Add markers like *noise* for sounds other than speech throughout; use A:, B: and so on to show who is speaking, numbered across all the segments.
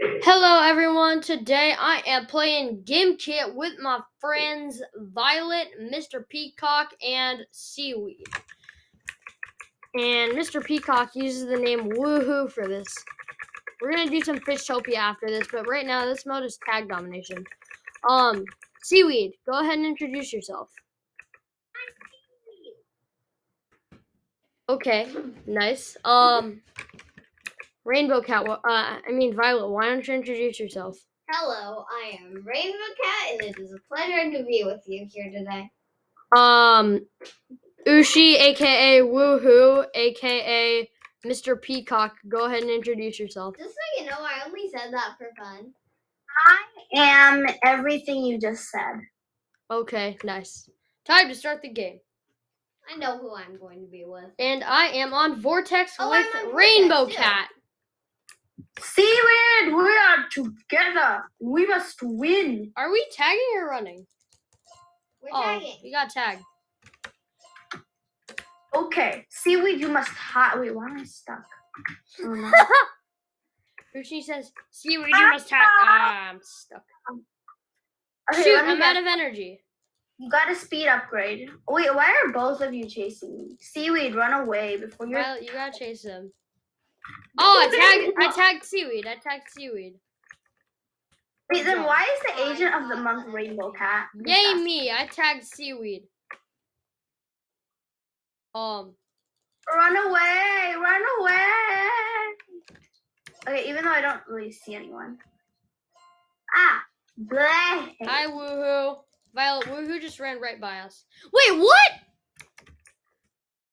A: Hello everyone, today I am playing GameKit with my friends Violet, Mr. Peacock, and Seaweed. And Mr. Peacock uses the name Woohoo for this. We're gonna do some Fishtopia after this, but right now this mode is tag domination. Um, Seaweed, go ahead and introduce yourself. Okay, nice. Um, Rainbow Cat, wh- uh, I mean Violet, why don't you introduce yourself?
B: Hello, I am Rainbow Cat, and it is a pleasure to be with you here today.
A: Um, Ushi, aka Woohoo, aka Mr. Peacock, go ahead and introduce yourself.
B: Just so you know, I only said that for fun.
C: am everything you just said.
A: Okay, nice. Time to start the game.
B: I know who I'm going to be with.
A: And I am on Vortex
B: Oh,
A: with
B: I'm on
A: Rainbow
B: Vortex, too.
A: Cat.
C: Seaweed, we are together. We must win.
A: Are we tagging or running?
B: We're
A: oh,
B: tagging.
A: we got tagged.
C: Okay, Seaweed, you must hide. Wait, why am I stuck?
A: *laughs*
C: Oh, no.
A: Ushi says, see what you must have. Ah, I'm stuck.
C: Okay,
A: Shoot,
C: let me
A: I'm
C: guess.
A: out of energy.
C: you got a speed upgrade. Wait, why are both of you chasing me? Seaweed, run away before you're.
A: Violet, you gotta chase him. Oh, I tagged, I
B: *laughs*
A: tagged seaweed. I tagged seaweed.
C: Wait, then
A: no.
C: why is the
B: I
C: agent of the
B: thought
C: month
B: that
C: Rainbow
B: they-
C: Cat?
A: Yay me! I tagged seaweed. Um,
C: Run away! Run away! Okay, even though I don't really see anyone. Ah, bleh.
A: hi woohoo. Violet woohoo just ran right by us. Wait, what?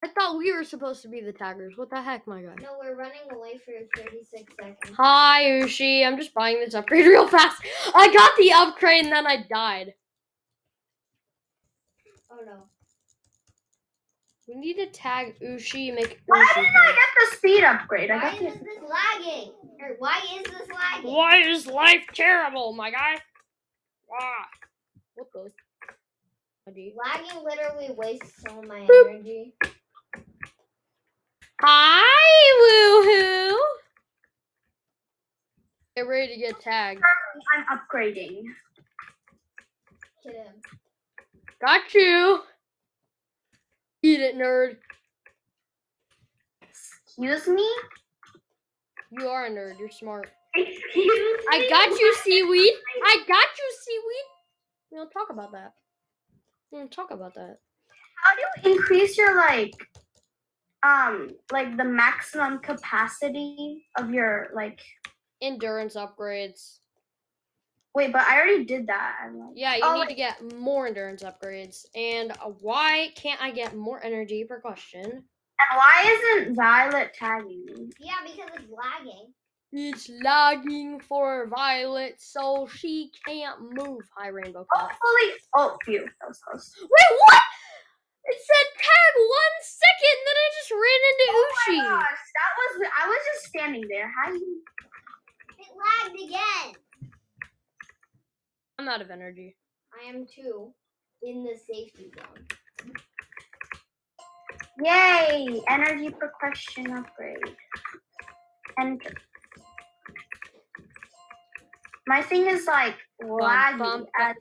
A: I thought we were supposed to be the taggers. What the heck, my guy?
B: No, we're running away for 36 seconds.
A: Hi Ushi, I'm just buying this upgrade *laughs* real fast. I got the upgrade and then I died.
B: Oh no.
A: We need to tag Ushi and make
C: Why
A: Ushi.
C: didn't I get the speed upgrade? I
B: Why
C: got
B: is
C: the.
B: this lagging? Or why is this lagging?
A: Why is life terrible, my guy? Ah. What the? Buddy.
B: Lagging literally wastes all my energy.
A: Hi, woohoo! Get ready to get tagged.
C: I'm upgrading.
B: Get him.
A: Got you. Eat it, nerd.
C: Excuse me?
A: You are a nerd. You're smart.
C: Excuse
A: I got you, seaweed. I got you, seaweed. We don't talk about that. We don't talk about that.
C: How do you increase your like um like the maximum capacity of your like
A: Endurance upgrades.
C: wait, but I already did that. I'm like
A: Yeah, you
C: Oh,
A: need
C: wait.
A: to get more endurance upgrades. And uh, why can't I get more energy per question?
C: and why isn't Violet tagging me?
B: Yeah, because it's lagging.
A: It's lagging for Violet, so she can't move. Hi, Rainbow Cat.
C: Hopefully oh phew, that was close.
A: Wait, what? It said tag one second, then I just ran
C: Oh my
A: into Uchi.
C: gosh, that was I was just standing there. How you
B: It lagged again.
A: I'm out of energy.
B: I am too in the safety zone.
C: Yay! Energy per question upgrade. And my thing is like laggy
A: bum,
C: as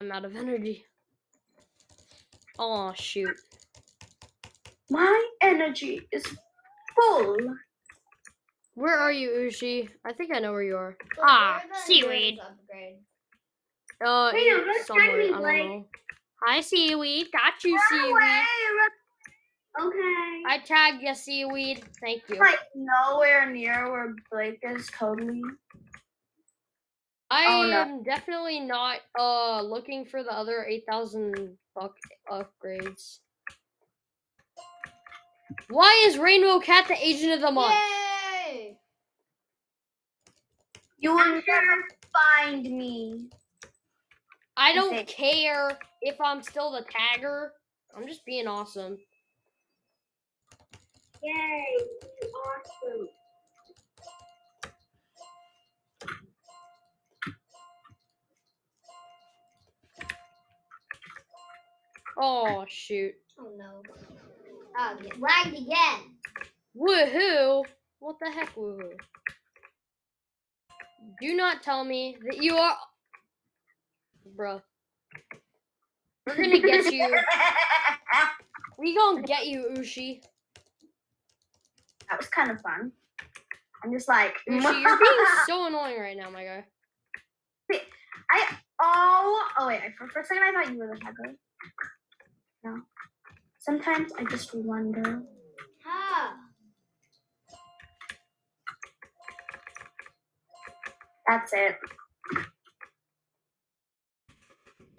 A: I'm out of energy. Oh shoot.
C: my energy is full.
A: Where are you, Ushi? I think I know where you are.
B: So
A: Ah,
B: where's the
A: seaweed.
B: endurance Upgrade.
A: Uh,
C: Wait,
A: you're
C: let's try to
A: somewhere. I
C: be
A: don't
C: like-
A: know. Hi, seaweed. Got you,
C: Run away,
A: seaweed.
C: run- Okay.
A: I tagged you, seaweed. Thank you.
C: I'm like nowhere near where Blake is totally.
A: I
C: Oh, no.
A: am definitely not uh looking for the other eight thousand buck upgrades. Why is Rainbow Cat the agent of the month?
B: Yay!
C: You will never find me.
A: I don't
C: think-
A: care if I'm still the tagger. I'm just being awesome.
C: Yay! Awesome.
A: Oh shoot!
B: Oh no. Um, it lagged again.
A: Woohoo! What the heck, woohoo? Do not tell me that you are. Bruh. We're gonna
C: *laughs*
A: get you.
C: that
A: We gonna get you, Ushi.
C: was kind of fun. I'm just like,
A: Ushi, you're
C: *laughs*
A: being so annoying right now, my guy.
C: oh, oh wait, I- for, for a second I thought you were the hugger. No. Sometimes I just wonder.
B: Ha!
C: That's it.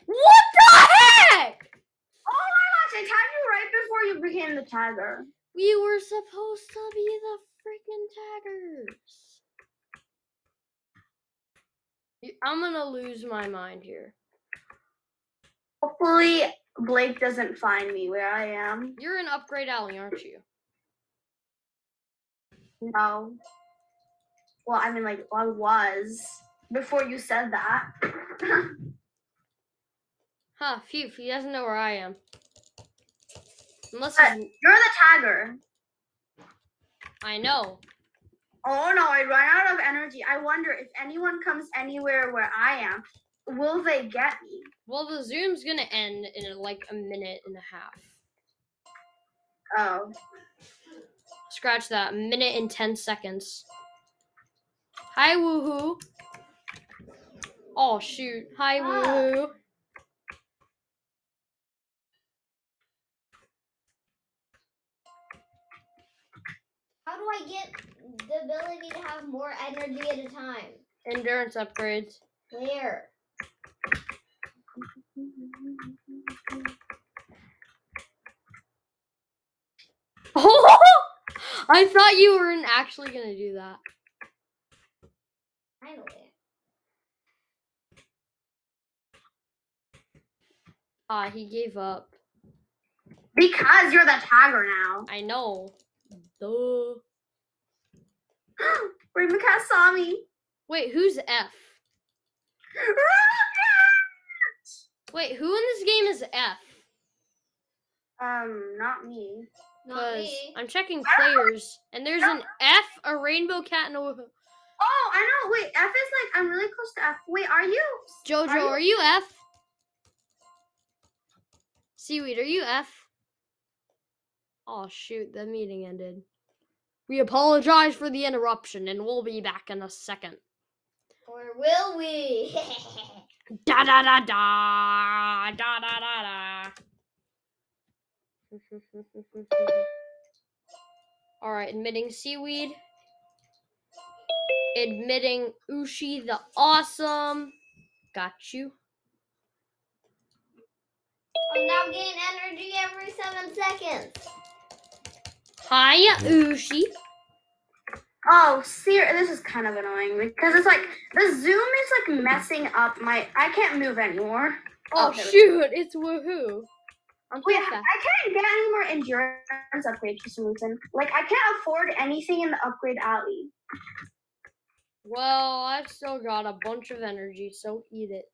A: What the heck?
C: Oh my gosh, I tagged you right before you became the tagger.
A: We were supposed to be the freaking taggers. Y- I'm gonna lose my mind here.
C: Hopefully, Blake doesn't find me where I am.
A: You're in upgrade alley, aren't you?
C: No. Well, I mean, like, I was before you said that. *laughs*
A: Huh, phew, he doesn't know where I am. Unless
C: Uh,
A: he's,
C: You're the tagger.
A: I know.
C: Oh no, I run out of energy. I wonder if anyone comes anywhere where I am, will they get me?
A: Well, the Zoom's gonna end in like a minute and a half.
C: Oh.
A: Scratch that. Minute and 10 seconds. Hi, woohoo. Oh, shoot. Hi,
B: Ah.
A: woohoo.
B: How do I get the ability to have more energy at a time?
A: Endurance upgrades.
B: Where?
A: Oh, I thought you weren't actually gonna do that.
B: Finally.
A: Ah, he gave up.
C: Because you're the tagger now. *gasps*
A: I know. Duh.
C: Rebecca saw me. *laughs*
A: Wait, who's F? Wait, who in this game is F?
C: Um, not me.
B: Not
A: Because
B: me.
A: I'm checking players, and there's an F, a rainbow cat, and a woohoo.
C: Oh, I know. Wait, F is like I'm really close to F. Wait, are you?
A: Jojo,
C: Are you-
A: are you F? Seaweed, are you F? Oh shoot, the meeting ended. We apologize for the interruption, and we'll be back in a second.
B: Or will we? *laughs*
A: Da da da da da da da da. *laughs* All right, admitting seaweed, admitting Ushi the awesome. Got you.
B: I'm now getting energy every seven seconds.
A: Hiya, Ushi.
C: Oh, ser- this is kind of annoying because it's like the zoom is like messing up my. I can't move anymore.
A: Oh
C: Okay,
A: shoot, it's woohoo. I'm
C: Wait,
A: too
C: I
A: fast.
C: can't get any more endurance upgrades for some reason. Like, I can't afford anything in the upgrade alley.
A: Well, I've still got a bunch of energy, so eat it.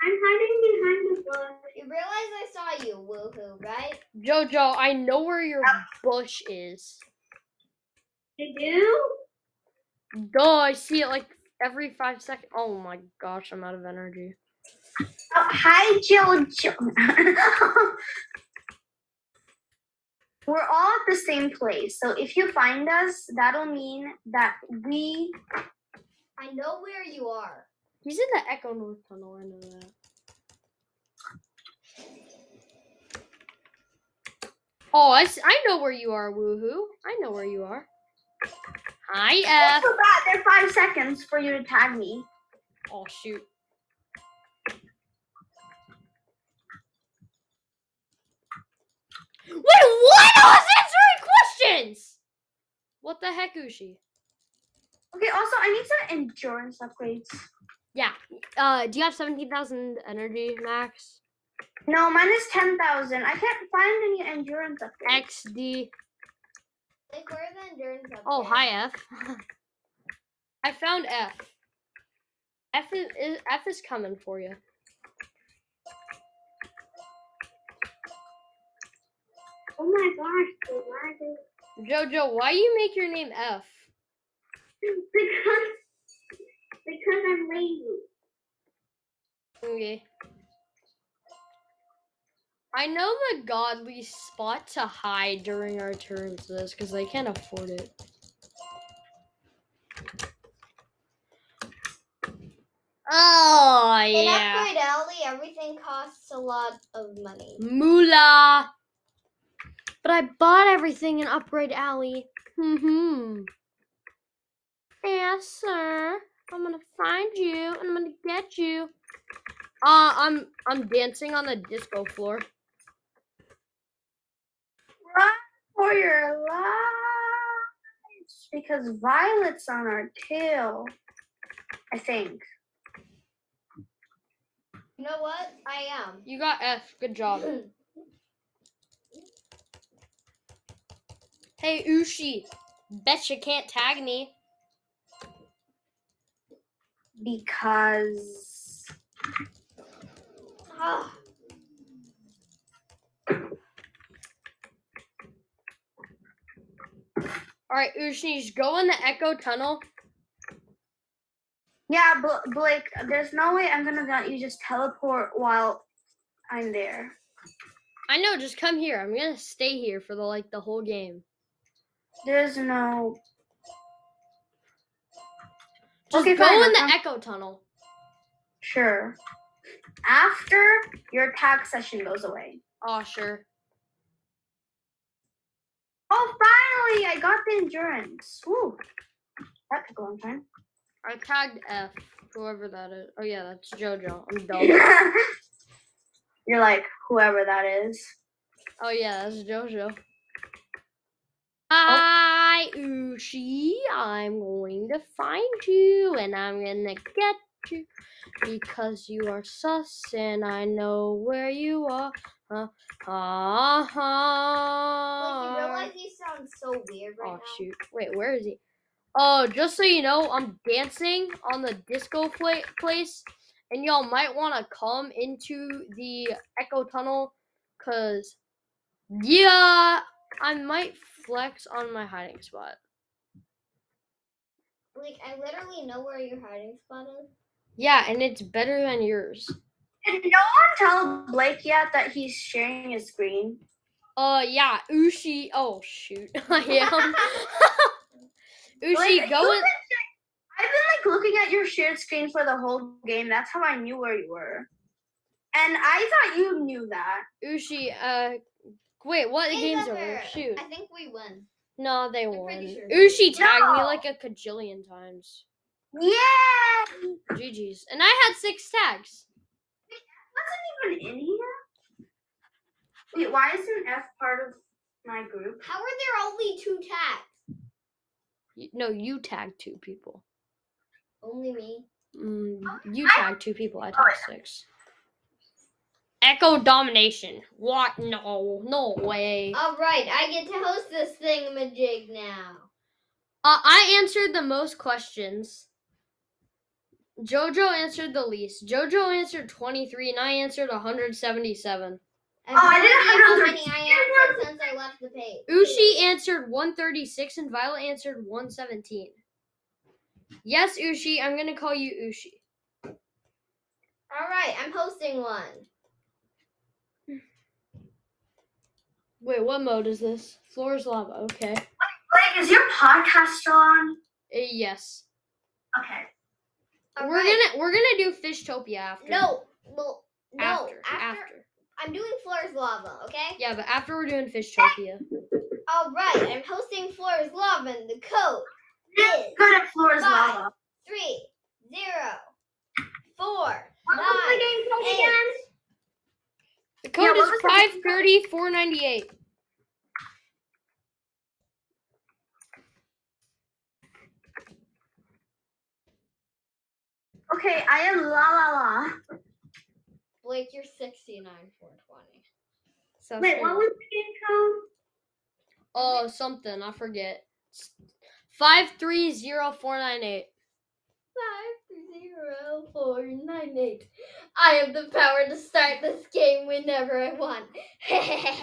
C: I'm hiding behind the bush.
B: You realize I saw you, woohoo, right?
A: Jojo, I know where your bush is.
C: You do?
A: Duh, I see it like every five seconds. Oh my gosh, I'm out of energy.
C: Oh, hi, Jojo. *laughs* We're all at the same place, so if you find us, that'll mean that we.
B: I know where you are.
A: He's in the Echo North Tunnel, I know that. Oh, I, s- I know where you are, woohoo. I know where you are. Hi,
C: That's
A: F.
C: so bad. There are five seconds for you to tag me.
A: Oh, shoot. Wait, what? I was answering questions! What the heck, Ushi?
C: Okay, also, I need some endurance upgrades.
A: Yeah. Uh, do you have 17,000 energy, Max?
C: No, mine is 10,000. I can't find any endurance upgrades.
A: XD.
B: Like, where the endurance up
A: Oh,
B: there?
A: hi, F. *laughs* I found F. F is, is F is coming for you.
C: Oh my gosh, the lag is Oh
A: Jojo, why you make your name F?
C: *laughs* because because I'm lazy.
A: Okay. I know the godly spot to hide during our turns this because they can't afford it. Oh
B: In
A: yeah,
B: Upgrade Alley, everything costs a lot of money.
A: moolah. But I bought everything in Upgrade Alley.
C: Mm-hmm.
A: Hmm. Yes, sir. I'm gonna find you and I'm gonna get you. Uh, I'm I'm dancing on the disco floor.
C: Run for your lives because Violet's on our tail. I think.
B: You know what? I am.
A: You got F. Good
C: *clears throat*
A: job. Hey, Ushi. Bet you can't tag me.
C: Because
B: *clears throat* Ah,
A: All right, Ushi, just go in the echo tunnel.
C: yeah, Bl- Blake, there's no way I'm gonna let you just teleport while I'm there.
A: I know. Just come here. I'm gonna stay here for the like the whole game.
C: There's no
A: Just
C: Okay,
A: go
C: fine,
A: in the
C: I'm-
A: echo tunnel.
C: sure. After your tag session goes away.
A: Oh sure.
C: Oh, finally, I got the endurance. Woo, that took a long time.
A: I tagged F. Whoever that is. Oh yeah, that's JoJo. I'm
C: *laughs*
A: dumb.
C: You're like, whoever that is.
A: oh yeah, that's JoJo. Hi, Ushi. I'm going to find you and I'm gonna get you because you are sus and I know where you are. Uh, uh,
B: like, you
A: uh.
B: realize you sound so weird right
A: Oh
B: now.
A: shoot! Wait, where is he? Oh, just so you know, I'm dancing on the disco pla- place, and y'all might want to come into the echo tunnel, cause yeah, I might flex on my hiding spot.
B: Like, I literally know where your hiding spot
A: *laughs*
B: is.
A: Yeah, and it's better than yours.
C: Did no one tell Blake yet that he's sharing his screen?
A: Uh, yeah, Ushi. Oh shoot, *laughs* I
B: *laughs*
A: am. Ushi,
C: Blake,
A: go
C: you've
A: in.
C: been shar- I've been like looking at your shared screen for the whole game. That's how I knew where you were. And I thought you knew that.
A: Ushi, uh, wait, what? The
B: It's
A: game's over.
B: over.
A: Shoot.
B: I think we win.
A: No, they
B: I'm
A: won.
B: pretty sure.
A: Ushi tagged me
C: No.
A: like a cajillion times.
C: Yeah,
A: GG's. And I had six tags.
C: wasn't even in here. Wait, why isn't F part of my group?
B: How are there only two tags?
A: Y- No, you tagged two people.
B: Only me.
A: Mm, you
C: I-
A: tagged two people. I
C: Oh,
A: tagged six. Echo domination. What? No, no way. Uh,
B: All right, I get to host this thingamajig now.
A: I answered the most questions. Jojo answered the least. Jojo answered 23, and I answered 177.
B: I
C: Oh, I didn't
B: have no
C: have
B: idea how many I answered since I left the page.
A: Ushi answered 136, and Violet answered 117. Yes, Ushi, I'm gonna call you Ushi.
B: All right, I'm hosting one.
A: Wait, what mode is this? Floor is lava. Okay. Uh,
C: Blake, is your podcast still on?
A: yes.
C: Okay.
B: All
A: we're
B: right.
A: gonna we're gonna do Fishtopia after.
B: No, well, no.
A: After, after.
B: I'm doing Floor's Lava, okay?
A: Yeah, but after we're doing Fishtopia.
B: All right, I'm hosting Floor's Lava, and the code is
C: Good at Flora's
B: Bye.
C: Lava.
B: three zero four
C: What was the
B: nine
C: game called
B: eight.
C: again?
A: The
C: Yeah,
A: code
C: what
A: is
C: was the-
A: five thirty four ninety eight.
C: Okay, I am la la la.
B: Blake, you're sixty nine four twenty.
A: So
C: Wait, what was the game called?
A: Oh something, I forget. Five three zero four nine eight. *sighs*
B: Five zero four nine eight. I have the power to start this game whenever I want. *laughs* yeah,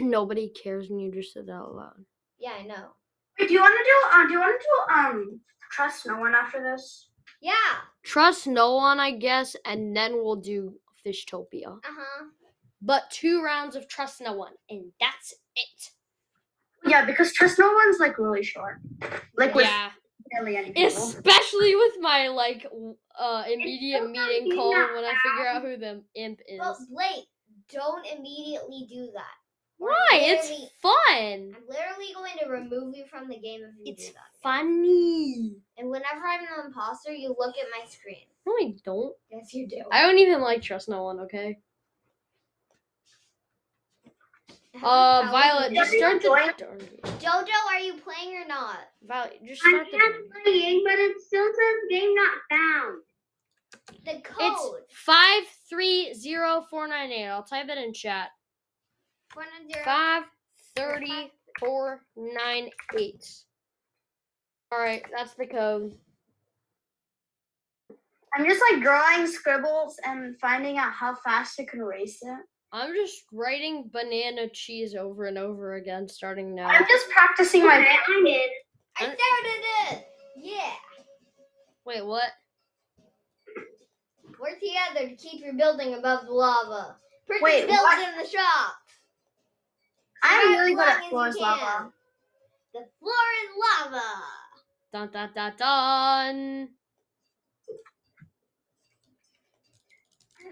A: Nobody cares when you just said that out loud.
B: I know.
C: uh, Wait, do you want to do? Um, do you want to do um trust no one after this.
B: Yeah.
A: Trust no one, I guess, and then we'll do Fishtopia.
B: Uh huh.
A: But two rounds of trust no one, and that's it.
C: Yeah, because trust no one's like really short. Like with
A: yeah,
C: barely any people.
A: especially with my like w- uh immediate
C: still not
A: meeting
C: being
A: call
C: that
A: when I figure out who the imp is.
B: But Blake, don't immediately do that. Or
A: Why? It's
B: literally-
A: fun.
B: I'm literally going to remove you from the game if you
A: It's
B: do that.
A: Funny.
B: And whenever I'm an imposter, you look at my screen.
A: No, I don't.
B: Yes, you do. *laughs*
A: I don't even like trust no one. Okay.
B: How
A: Uh,
B: would
A: Violet,
B: you
A: just
B: do
A: start the.
C: Join-
A: darn it.
B: that? Jojo, are you playing or not?
A: Violet, just
C: I
A: start the.
C: am playing, but it still says game not found.
B: The
A: It's
B: code.
A: five three zero four nine eight. I'll type it in chat.
B: One and zero.
A: Five thirty four nine eight. All right, that's the code.
C: I'm just like drawing scribbles and finding out how fast I can erase it.
A: I'm just writing banana cheese over and over again, starting now.
C: I'm just practicing my. I'm in.
A: I-
B: I started it. Yeah.
A: Wait, what?
B: Work together to keep your building above the lava. Purchase
C: Wait,
B: builds
C: what?
B: in the shop.
C: I'm
B: Survive
C: really
B: as
C: good
B: long as
C: at
B: you
C: floors lava.
B: can. The floor is lava.
A: Dun dun dun dun.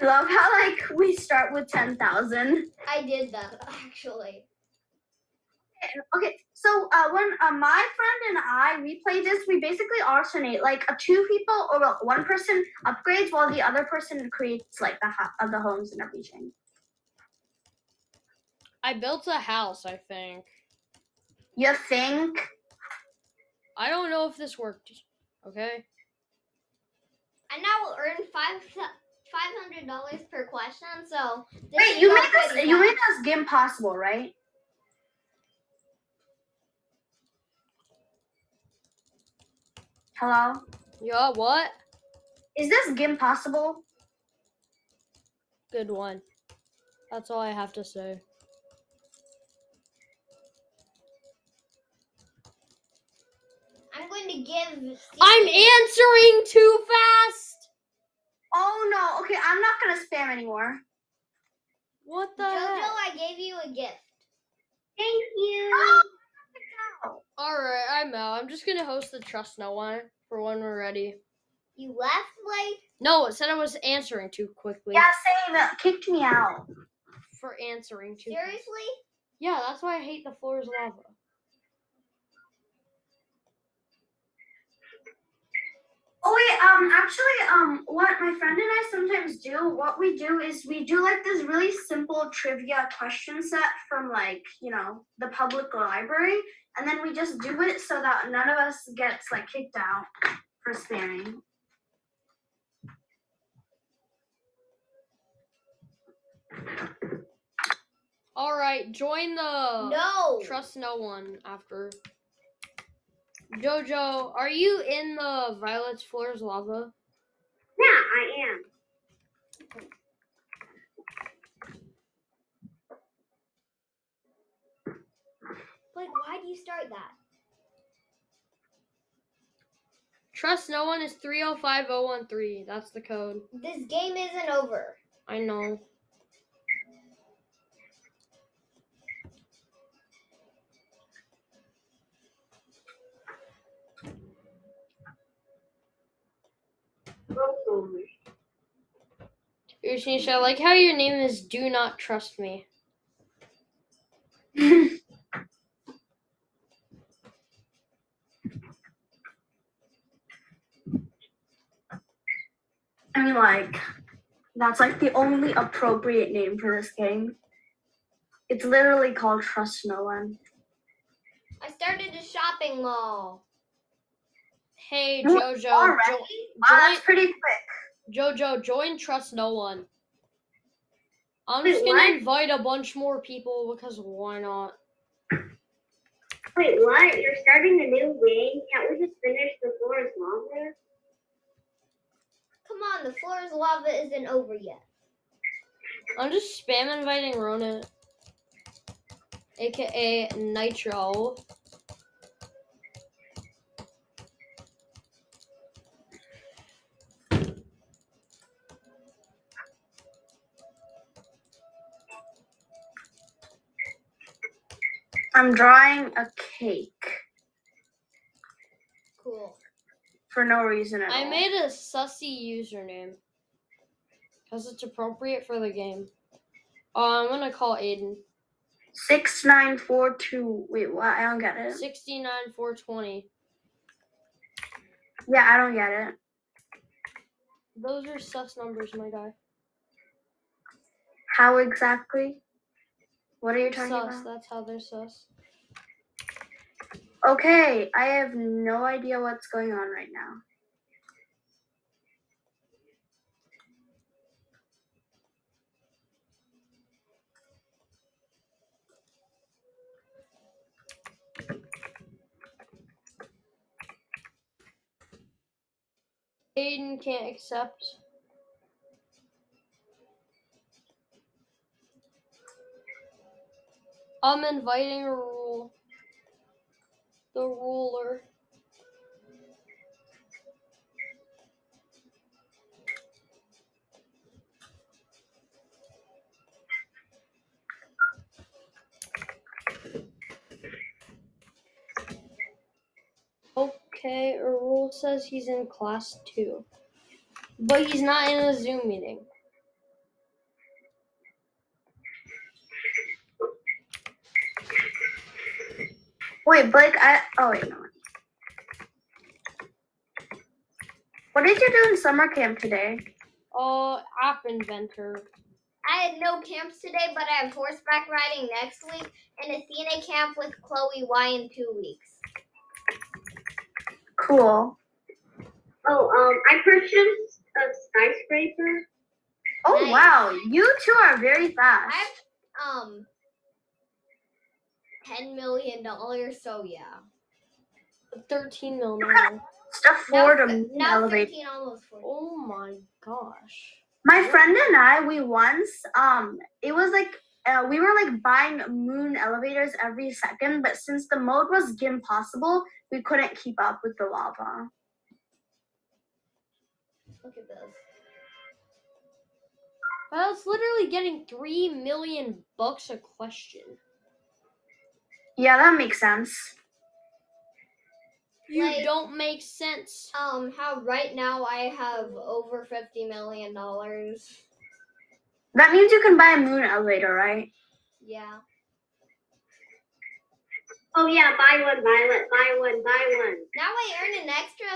C: I love how like we start with ten thousand.
B: I did that *laughs* actually.
C: Okay, so uh, when uh, my friend and I we play this, we basically alternate. Like uh, two people or well, one person upgrades while the other person creates like the ho- uh, the homes and everything.
A: I built a house, I think.
C: You think?
A: I don't know if this worked. Okay.
B: I now will earn five five hundred dollars per question. So this
C: Wait,
B: is
C: you
B: all
C: made this
B: pretty
C: you
B: fun.
C: made this game possible, right? Hello,
A: Yeah, what?
C: is this game possible?
A: Good one. That's all I have to say.
B: I'm going to give.
A: I'm
B: Steven-
A: answering too fast!
C: Oh no, okay, I'm not gonna spam anymore.
A: What the
B: Jojo,
A: heck?
B: I gave you a gift.
C: Thank you.
A: Alright, I'm out. I'm just gonna host the Trust No One for when we're ready.
B: You left, Blake.
A: No, it said I was answering too quickly.
C: yeah, same. uh, Kicked me out.
A: For answering too
B: Seriously?
A: Yeah, that's why I hate the floor is lava.
C: Oh wait, um, actually, um, what my friend and I sometimes do, what we do is we do like this really simple trivia question set from like you know the public library, and then we just do it so that none of us gets like kicked out for spamming.
A: Alright, join the
B: no.
A: Oh, Trust No One after. Jojo, are you in the Violet's floor is lava?
C: Yeah, I am.
B: Blake, why do you start that?
A: Trust no one is 305013. That's the code.
B: This game isn't over.
A: I know. Ushnisha, I like how your name is Do Not Trust Me.
C: *laughs* I mean, like, that's like the only appropriate name for this game. It's literally called Trust No One.
B: I started a shopping mall.
A: Hey,
C: No,
A: Jojo.
C: Already?
A: Jo-
C: Wow, that's pretty quick.
A: Jojo, join Trust No One. I'm
C: Wait,
A: just gonna
C: what?
A: invite a bunch more people because why not?
C: Wait, what? You're starting a new game? Can't we just finish the floor as longer?
B: Come on, the floor's lava isn't over yet.
A: I'm just spam inviting Rona, aka Nitro.
C: I'm drawing a cake
B: Cool.
C: for no reason at *laughs*
A: I
C: all.
A: made a sussy username because it's appropriate for the game. Uh, I'm gonna call Aiden
C: six nine four two. Wait, what? I don't get it.
A: sixty nine four twenty.
C: Yeah, I don't get it.
A: Those are sus numbers, my guy.
C: How exactly? What are you talking
A: Sus.
C: about?
A: That's how they're sus.
C: Okay, I have no idea what's going on right now.
A: Aiden can't accept. I'm inviting rule. The ruler. Okay, rule says he's in class two. But he's not in a Zoom meeting.
C: Wait, Blake. I oh wait, no. What did you do in summer camp today?
A: Oh, app inventor.
B: I had no camps today, but I have horseback riding next week and Athena camp with Chloe Y in two weeks.
C: Cool.
D: Oh, um, I purchased a skyscraper.
C: Oh
B: Nice.
C: wow, you two are very fast.
B: I have um ten million dollars, so yeah.
A: 13 mil now.
C: Just afford
B: now,
C: a
B: th-
C: mean
B: now
C: elevator.
B: thirteen, almost fourteen.
A: Oh my gosh.
C: My friend and I, we once, um, it was like uh, we were like buying moon elevators every second, but since the mode was impossible, we couldn't keep up with the lava.
B: Look at this.
A: Well, it's literally getting 3 million bucks a question.
C: Yeah, that makes sense.
A: You
B: Like-
A: don't make sense.
B: Um, how right now I have over fifty million dollars.
C: That means you can buy a moon elevator, right?
B: Yeah.
D: Oh yeah, buy one, buy one, buy one, buy one.
B: Now I earn an extra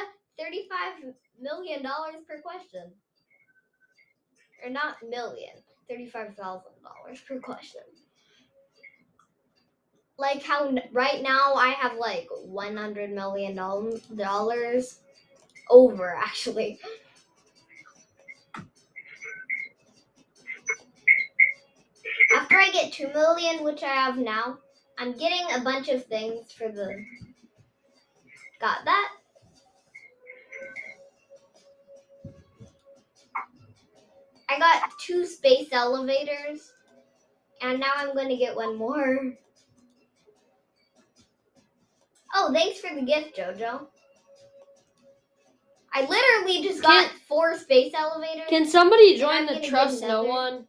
B: thirty-five million dollars per question. Or not million, thirty-five thousand dollars per question. Like how n- right now I have like one hundred million doll- dollars over *laughs* actually. After I get two million, which I have now, I'm getting a bunch of things for the. Got that? I got two space elevators, and now I'm going to get one more. Oh, thanks for the gift, JoJo. I literally just got four space elevators.
A: Can somebody
B: Can
A: join
B: I
A: the
B: get
A: Trust No
B: another?
A: One?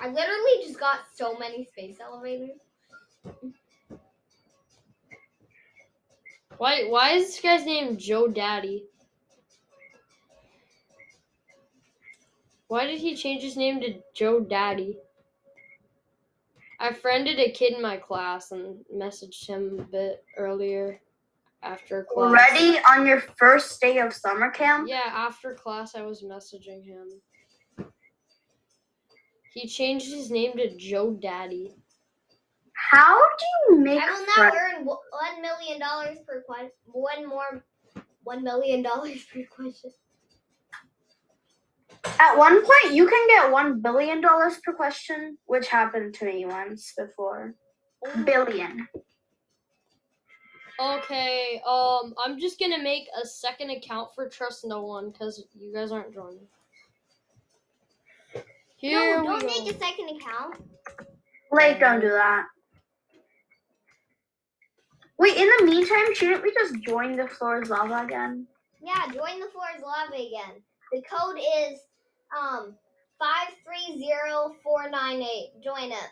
B: I literally just got so many space elevators.
A: Why, why is this guy's name Joe Daddy? Why did he change his name to Joe Daddy? I friended a kid in my class and messaged him a bit earlier after class.
C: Already on your first day of summer camp?
A: Yeah, after class, I was messaging him. He changed his name to Joe Daddy.
C: How do you make
B: I will now
C: friends?
B: earn wo- one million dollars per question. One more, one million *laughs* dollars per question.
C: At one point, you can get one billion dollars per question, which happened to me once before. Billion.
A: Okay, um, I'm just gonna make a second account for Trust No One because you guys aren't joining. Here
B: no, don't
A: we
B: make
A: go.
B: a second account.
C: Like, um, don't do that. Wait, in the meantime, shouldn't we just join the floor is lava again?
B: Yeah, join the floor is lava again. The code is um five three zero four nine eight. Join up.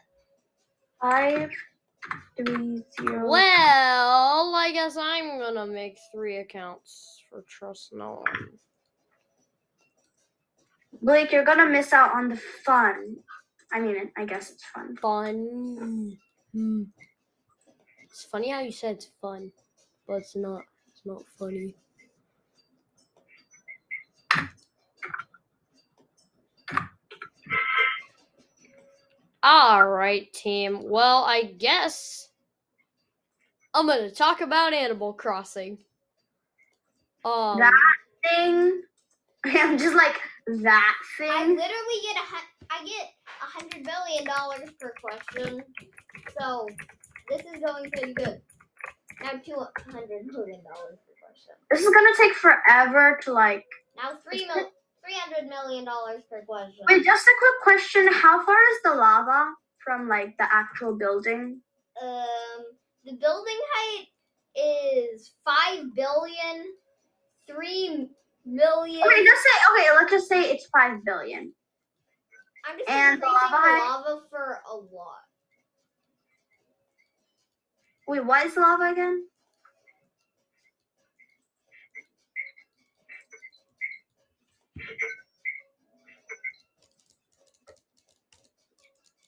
C: Five, three, zero.
A: Well, I guess I'm gonna make three accounts for Trust No One.
C: Blake, you're gonna miss out on the fun. I mean, I guess it's fun.
A: Fun. Hmm. It's funny how you said it's fun, but it's not. It's not funny. All right, team. Well, I guess I'm gonna talk about Animal Crossing. Um,
C: That Thing. *laughs* I'm just like that
B: I
C: thing.
A: Mm.
B: literally get a hu- I get a hundred billion dollars per question. So this is going pretty good. Now two hundred million dollars per question.
C: This is gonna take forever to like.
B: Now three mil three hundred million dollars per question.
C: Wait, just a quick question. How far is the lava from like the actual building?
B: Um, the building height is five billion, three million.
C: Okay, just say okay. Let's just say it's five billion.
B: I'm just
C: and the
B: increasing
C: lava
B: the
C: height?
B: lava for a lot.
C: Wait, what is lava again?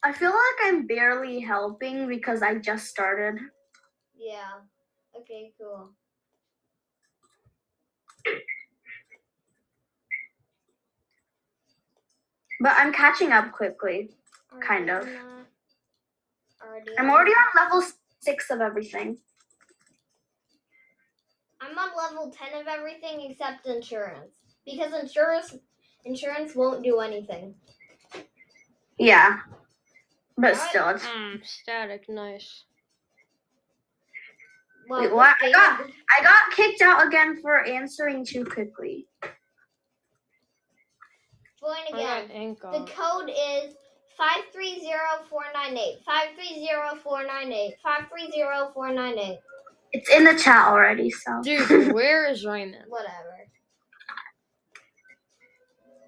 C: I feel like I'm barely helping because I just started.
B: Yeah. Okay. Cool.
C: But I'm catching up quickly.
B: Already
C: Kind
B: on
C: of.
B: that. Already
C: I'm
B: on
C: already on level six of everything.
B: I'm on level 10 of everything except insurance because insurance insurance won't do anything.
C: Yeah. But
B: Alright.
C: still, it's,
A: mm, static, nice.
B: Well,
C: Wait,
B: this
C: what? Ah! I
B: game-
C: got- I got kicked out again for answering too quickly.
B: Join
A: I got
B: again.
A: ink
B: The
A: on.
B: code is 530498. 530498. 530498.
C: It's in the chat already, so.
A: Dude, where is Raymond?
B: Whatever.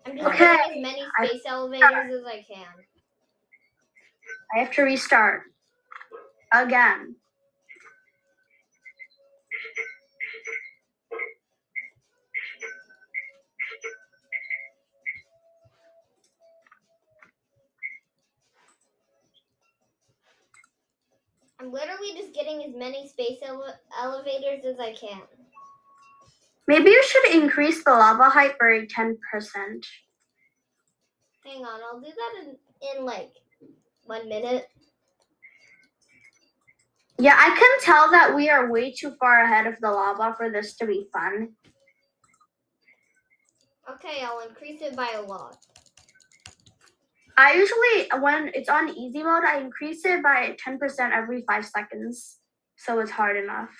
B: I'm just
C: Okay,
B: getting as many
C: I-
B: space elevators as I can.
C: I have to restart again.
B: I'm literally just getting as many space ele- elevators as I can.
C: Maybe you should increase the lava height by ten percent.
B: Hang on, I'll do that in, in like one minute.
C: Yeah, I can tell that we are way too far ahead of the lava for this to be fun.
B: Okay, I'll increase it by a lot.
C: I usually, when it's on easy mode, I increase it by ten percent every five seconds, so it's hard enough.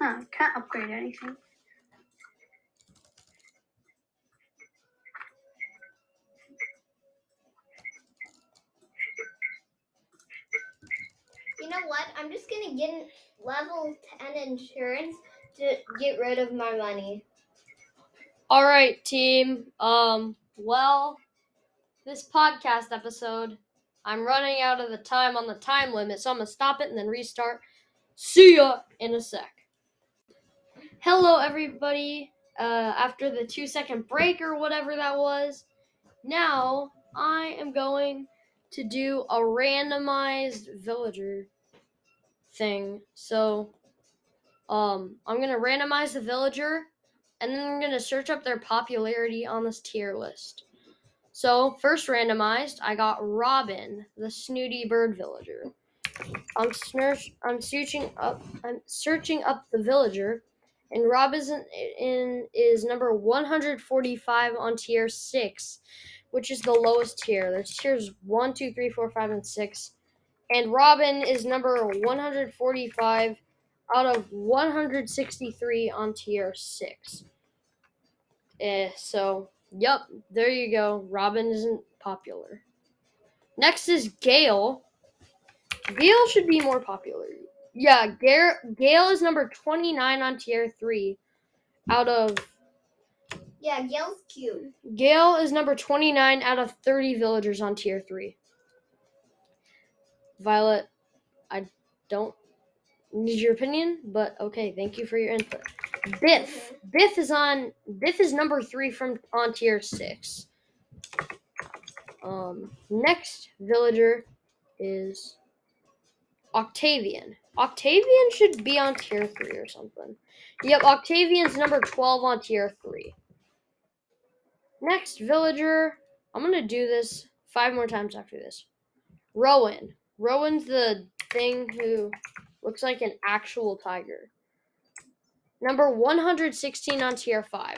C: Huh, can't upgrade anything.
B: You know what? I'm just gonna get an- level 10 insurance to get rid of my money.
A: All right, team. Um, well, this podcast episode, I'm running out of the time on the time limit, so I'm gonna stop it and then restart. See ya in a sec. Hello, everybody. Uh, after the two second break or whatever that was, now I am going to do a randomized villager thing. So, um, I'm gonna randomize the villager and then I'm going to search up their popularity on this tier list. So, first randomized, I got Robin, the snooty bird villager. I'm, snur- I'm searching up I'm searching up the villager and Robin is, in, is number 145 on tier 6, which is the lowest tier. There's tiers 1, 2, 3, 4, 5 and 6. And Robin is number 145 out of 163 on tier 6. Eh, so Yep, there you go. Robin isn't popular. Next is Gail. Gail should be more popular. Yeah, Gail, Gail is number 29 on tier 3 out of
B: Yeah, Gail's cute.
A: Gail is number 29 out of 30 villagers on tier 3. Violet, I don't need your opinion, but okay, thank you for your input. Biff. Biff is on Biff is number 3 from on tier 6. Um next villager is Octavian. Octavian should be on tier 3 or something. Yep, Octavian's number 12 on tier 3. Next villager. I'm gonna do this five more times after this. Rowan. Rowan's the thing who looks like an actual tiger. Number 116 on tier 5.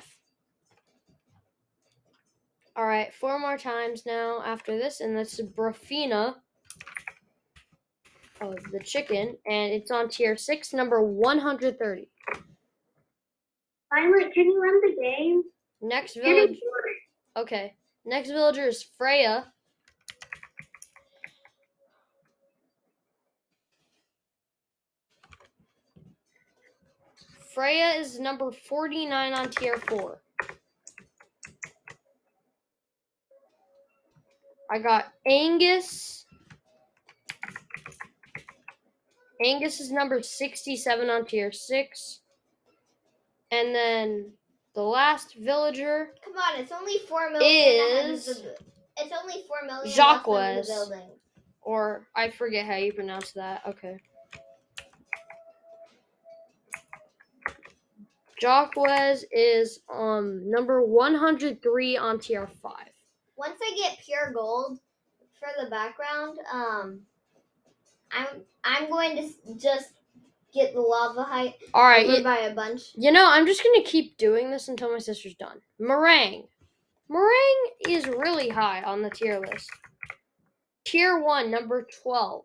A: Alright, four more times now after this, and that's Brafina. Of the chicken, and it's on tier 6, number 130.
D: Violet, can you run the game?
A: Next
D: Give me
A: village. Okay. Next villager is Freya. Freya is number 49 on tier 4. I got Angus. Angus is number 67 on tier 6. And then the last villager
B: Come on, it's only four million.
A: Is-
B: behind the bu- It's only four million.
A: Jacques
B: behind
A: was.
B: the building.
A: or I forget how you pronounce that. Okay. Jacquez is um number 103 on tier 5.
B: Once I get pure gold for the background, um, I'm I'm going to s- just get the lava height
A: All right.
B: over
A: You,
B: by a bunch.
A: you know, I'm just going to keep doing this until my sister's done. Meringue. Meringue is really high on the tier list. Tier 1, number 12.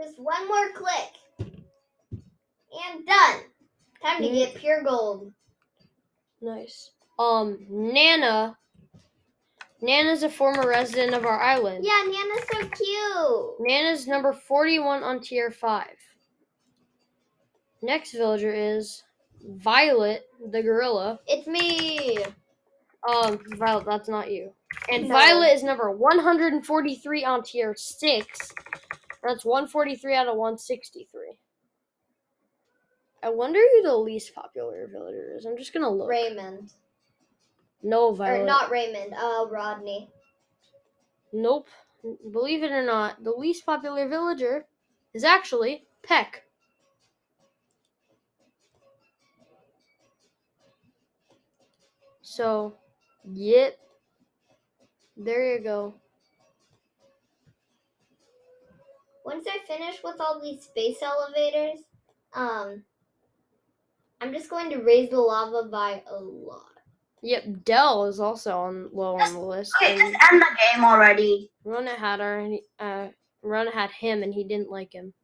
B: Just one more click, and done. Time to
A: Mm.
B: get pure gold.
A: Nice. Um Nana Nana's a former resident of our island.
B: Yeah, Nana's so cute.
A: Nana's number 41 on tier 5. Next villager is Violet the gorilla.
B: It's me.
A: Um, Violet, that's not you. And
B: No.
A: Violet is number 143 on tier 6. That's 143 out of 163. I wonder who the least popular villager is. I'm just gonna look.
B: Raymond,
A: No,
B: or
A: Violet.
B: not Raymond. Uh, Rodney.
A: Nope. N- Believe it or not, the least popular villager is actually Peck. So, yep. There you go.
B: Once I finish with all these space elevators, um, I'm just going to raise the lava by a lot.
A: Yep, Dell is also on low on the list.
C: Okay,
A: and
C: just end the game already.
A: Rona had already, uh, Rona had him, and he didn't like him.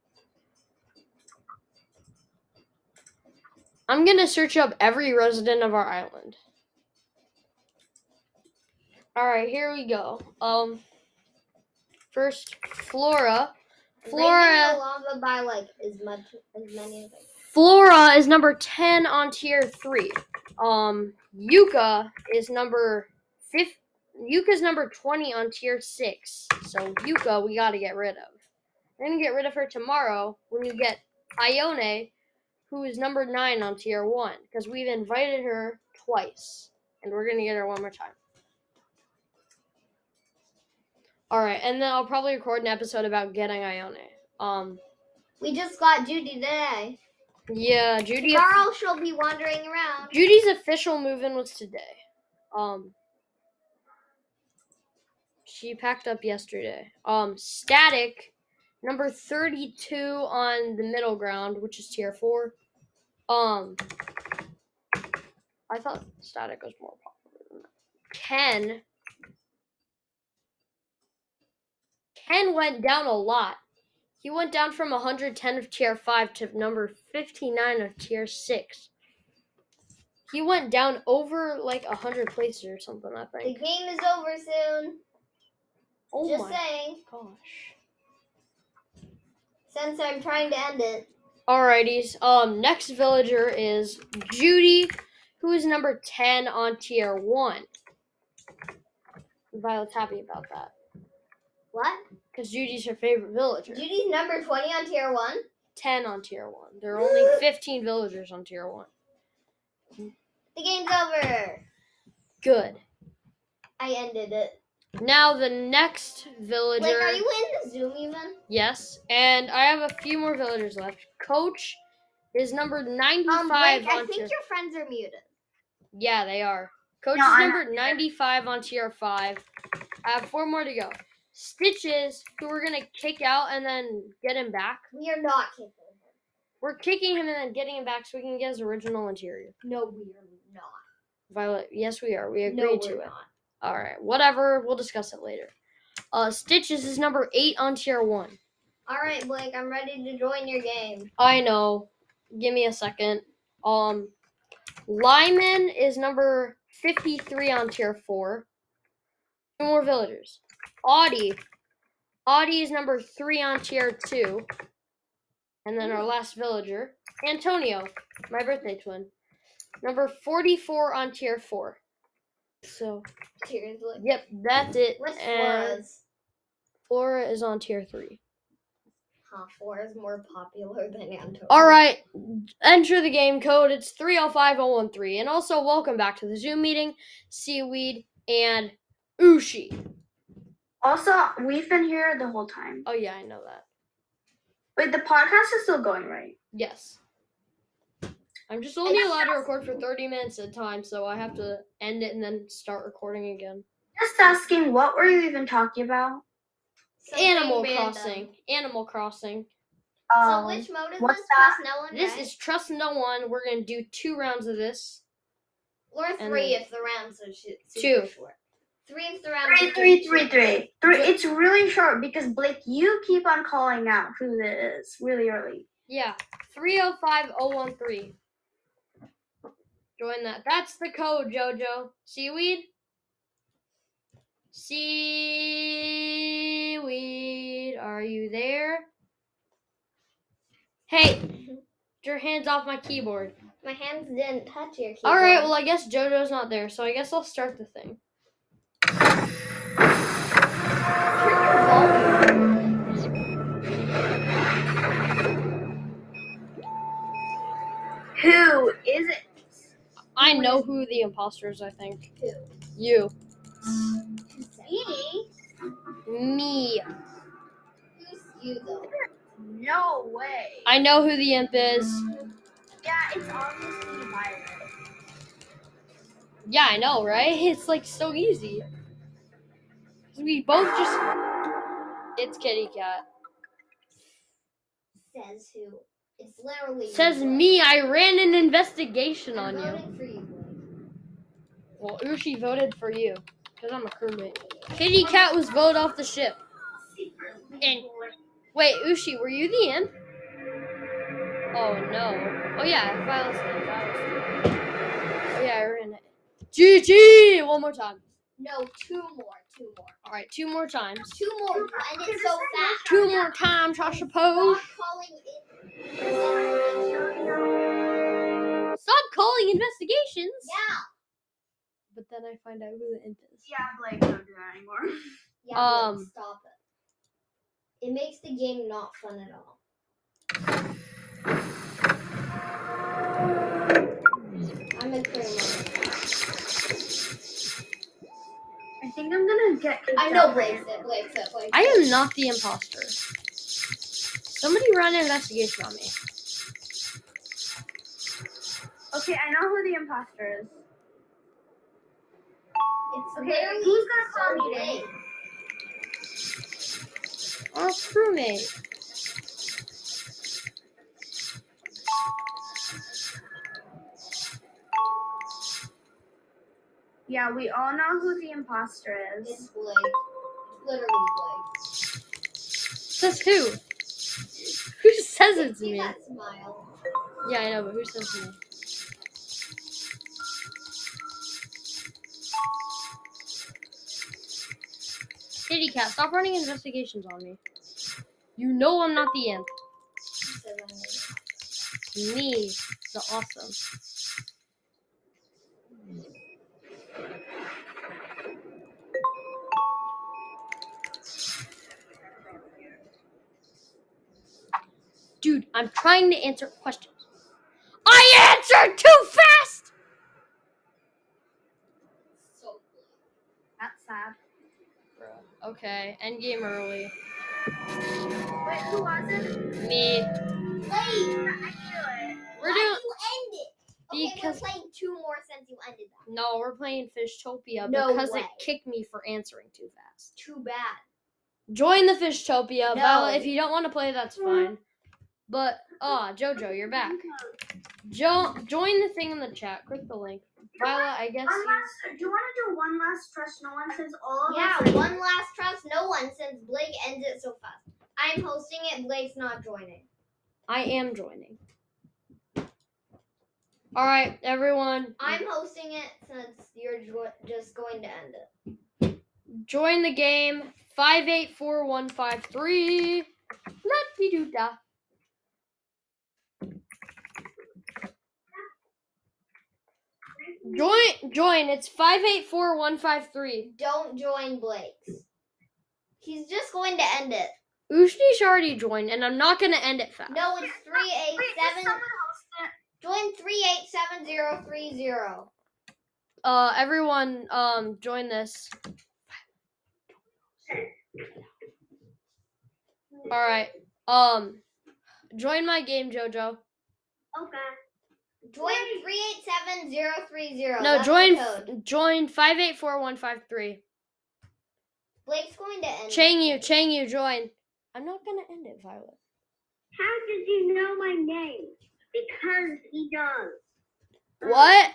A: I'm gonna search up every resident of our island. All right, here we go. Um, first Flora.
B: Raising the
A: Flora.
B: lava by like as much as many as I
A: Flora is number ten on tier three. Um, Yuka is number fifth. Yuka's number twenty on tier six. So Yuka, we gotta get rid of. We're gonna get rid of her tomorrow when you get Ione, who is number nine on tier one, because we've invited her twice, and we're gonna get her one more time. All right, and then I'll probably record an episode about getting Ione. Um,
B: We just got Judy today.
A: yeah, Judy.
B: Tomorrow she'll be wandering around.
A: Judy's official move-in was today. Um, she packed up yesterday. Um, Static, number thirty-two on the middle ground, which is tier four. Um, I thought Static was more popular than that. Ken. Ken went down a lot. He went down from 110 of tier 5 to number 59 of tier 6. He went down over like a hundred places or something. I
B: The
A: think.
B: game is over soon.
A: Oh
B: Just
A: my
B: saying.
A: gosh.
B: Since I'm trying to end it.
A: Alrighties. Um, next villager is Judy, who is number ten on tier one. Violet's happy about that
B: What?
A: because Judy's her favorite villager.
B: Judy's number 20 on tier 1.
A: Ten on tier one. There are
B: *laughs*
A: only fifteen villagers on tier one.
B: The game's over.
A: Good.
B: I ended it.
A: Now the next villager.
B: Like, are you in the Zoom even?
A: Yes, and I have a few more villagers left. Coach is number
B: Um,
A: 95
B: Blake,
A: on
B: I
A: tier.
B: think your friends are muted.
A: Yeah, they are. Coach
C: No,
A: is
C: I'm
A: number 95 on tier 5. I have four more to go. Stitches, who we're going to kick out and then get him back.
B: We are not kicking him.
A: We're kicking him and then getting him back so we can get his original interior.
B: No, we are not.
A: Violet, yes, we are. We agreed
B: no, we're
A: to it.
B: not.
A: All right, whatever. We'll discuss it later. Uh, Stitches is number 8 on tier 1.
B: All right, Blake, I'm ready to join your game.
A: I know. Give me a second. Um, Lyman is number 53 on tier 4. Two more villagers. Audie. Audie is number 3 on tier 2. And then our last villager, Antonio, my birthday twin. Number 44 on tier 4. So,
B: Seriously.
A: yep, that's it.
B: What's
A: And
B: Flora's?
A: Flora is on tier 3.
B: Huh, Flora's more popular than Antonio.
A: All right, enter the game code. It's 305013. And also, welcome back to the Zoom meeting, Seaweed and Ushi.
C: Also, we've been here the whole time.
A: Oh, yeah, I know that.
C: Wait, the podcast is still going, right?
A: Yes. I'm just only allowed to record for 30 minutes at a time, so I have to end it and then start recording again.
C: Just asking, what were you even talking about?
B: Something
A: Animal
B: random.
A: Crossing. Animal Crossing.
B: So
C: Um,
B: which mode is
C: what's
B: this?
C: that?
B: Trust no one,
A: This
B: right?
A: is Trust No One. We're going to do two rounds of this.
B: Or
A: and
B: three
A: then-
B: if the rounds are sh-
A: Two.
B: super short. Three if the rounds
C: three,
B: are
C: three,
B: super
C: three,
B: short.
C: three, three. It's really short because Blake, you keep on calling out who it is really early.
A: Yeah, 305013. Join that. That's the code, JoJo. Seaweed? Seaweed, are you there? Hey, get your hands off my keyboard.
B: My hands didn't touch your keyboard.
A: All right, well, I guess JoJo's not there, so I guess I'll start the thing.
C: Who is it?
A: I know who the imposter is, I think.
B: Who?
A: You.
B: Me?
A: Me.
B: Who's you though?
C: No way.
A: I know who the imp is.
C: yeah, it's obviously Violet.
A: Yeah, I know, right? *laughs* It's like so easy. We both just. It's kitty cat.
B: Says who? It's literally you,
A: Says
B: Blake.
A: me, I ran an investigation
B: I'm
A: on you.
B: voting for you. Blake.
A: Well, Ushi voted for you. Because I'm a crewmate. Kitty cat was voted off the ship. And. Wait, Ushi, were you the imp? Oh no. Oh yeah, Violet's the imp. I was the imp. Oh yeah, I ran it. GG! One more time.
B: No, two more, two more,
A: Alright, two more times.
B: two more, and it's so fast.
A: Two more times, I suppose.
B: Stop calling it.
A: Stop calling investigations.
B: Yeah.
A: But then I find out who the imp is.
C: Yeah, Blake, don't do that anymore. *laughs*
B: Yeah. Blake,
A: Um.
B: stop it. It makes the game not fun at all. I'm a criminal.
C: I think I'm gonna get. kicked
B: I know
C: out.
B: Blake's it, Blake's it, Blake's
A: I
B: it.
A: am not the imposter. Somebody run an investigation on me.
C: Okay, I know who the imposter is.
B: It's
C: Okay,
B: literally
C: who's gonna
B: so
C: call me then?
B: late.
A: Our crewmate.
C: Yeah, we all know who the imposter
B: It's
C: is.
B: Blake. It's literally Blake.
A: Says who? Who says it to
B: See
A: me?
B: that smile?
A: Yeah, I know, but who says me? Kitty cat, stop running investigations on me. You know I'm not the imp. Me, the awesome. Dude, I'm trying to answer questions. I answered too fast!
B: So
C: That's sad.
A: Okay, end game early.
C: Wait, who was it?
A: Me.
B: late. Why
C: I knew it.
A: We're doing.
B: you end it? Okay,
A: Because-
B: we're playing two more since you ended that.
A: No, we're playing Fishtopia
B: No
A: because
B: way.
A: it kicked me for answering too fast.
B: Too bad.
A: Join the Fishtopia. Val,
B: No.
A: if you don't want to play, that's fine. But ah, Jojo, you're back. Jo, join the thing in the chat. Click the link. Viola, I guess.
C: One
A: You-
C: last. Do you want to do one last trust? No one says all of us.
B: Yeah, one last trust, no one since Blake ends it so fast. I'm hosting it, Blake's not joining.
A: I am joining. All right, everyone,
B: I'm hosting it since you're jo- just going to end it.
A: join the game. Five eight four one five three. Let me do da. Join, join. It's five eight four one five three.
B: Don't join Blake's. He's just going to end it.
A: Ushnish already joined, and I'm not gonna end it fast.
B: No, it's three eight
C: Wait, does
B: seven.
C: someone else that-
B: Join three eight seven zero three zero.
A: Uh, everyone, um, join this. All right. Um, join my game, Jojo.
C: Okay.
B: Join three eight seven zero three zero.
A: No, join f- join five eight four one five three.
B: Blake's going to end. it.
A: Chang you, Chang you, join. I'm not gonna end it, Violet.
D: How does he know my name? Because he does.
A: What?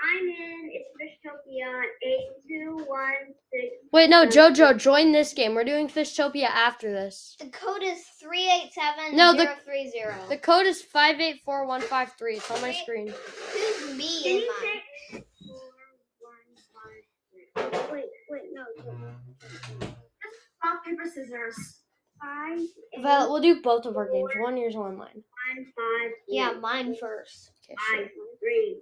D: I'm in. It's Fishtopia eight two one six.
A: Wait, no, Jojo, join this game. We're doing Fishtopia after this.
B: The code is three eight seven
A: No, the-
B: zero three zero.
A: The code is five eight four one five three. It's on my screen.
B: Who's me?
D: Can
B: in
D: you
B: mine?
D: say four one five six? Wait, wait, no. no.
C: Rock paper scissors.
D: Five eight
A: Violet, we'll do both of our games. One yours, one mine.
D: one five.
B: Yeah,
D: three,
B: mine first.
A: Okay.
D: five three.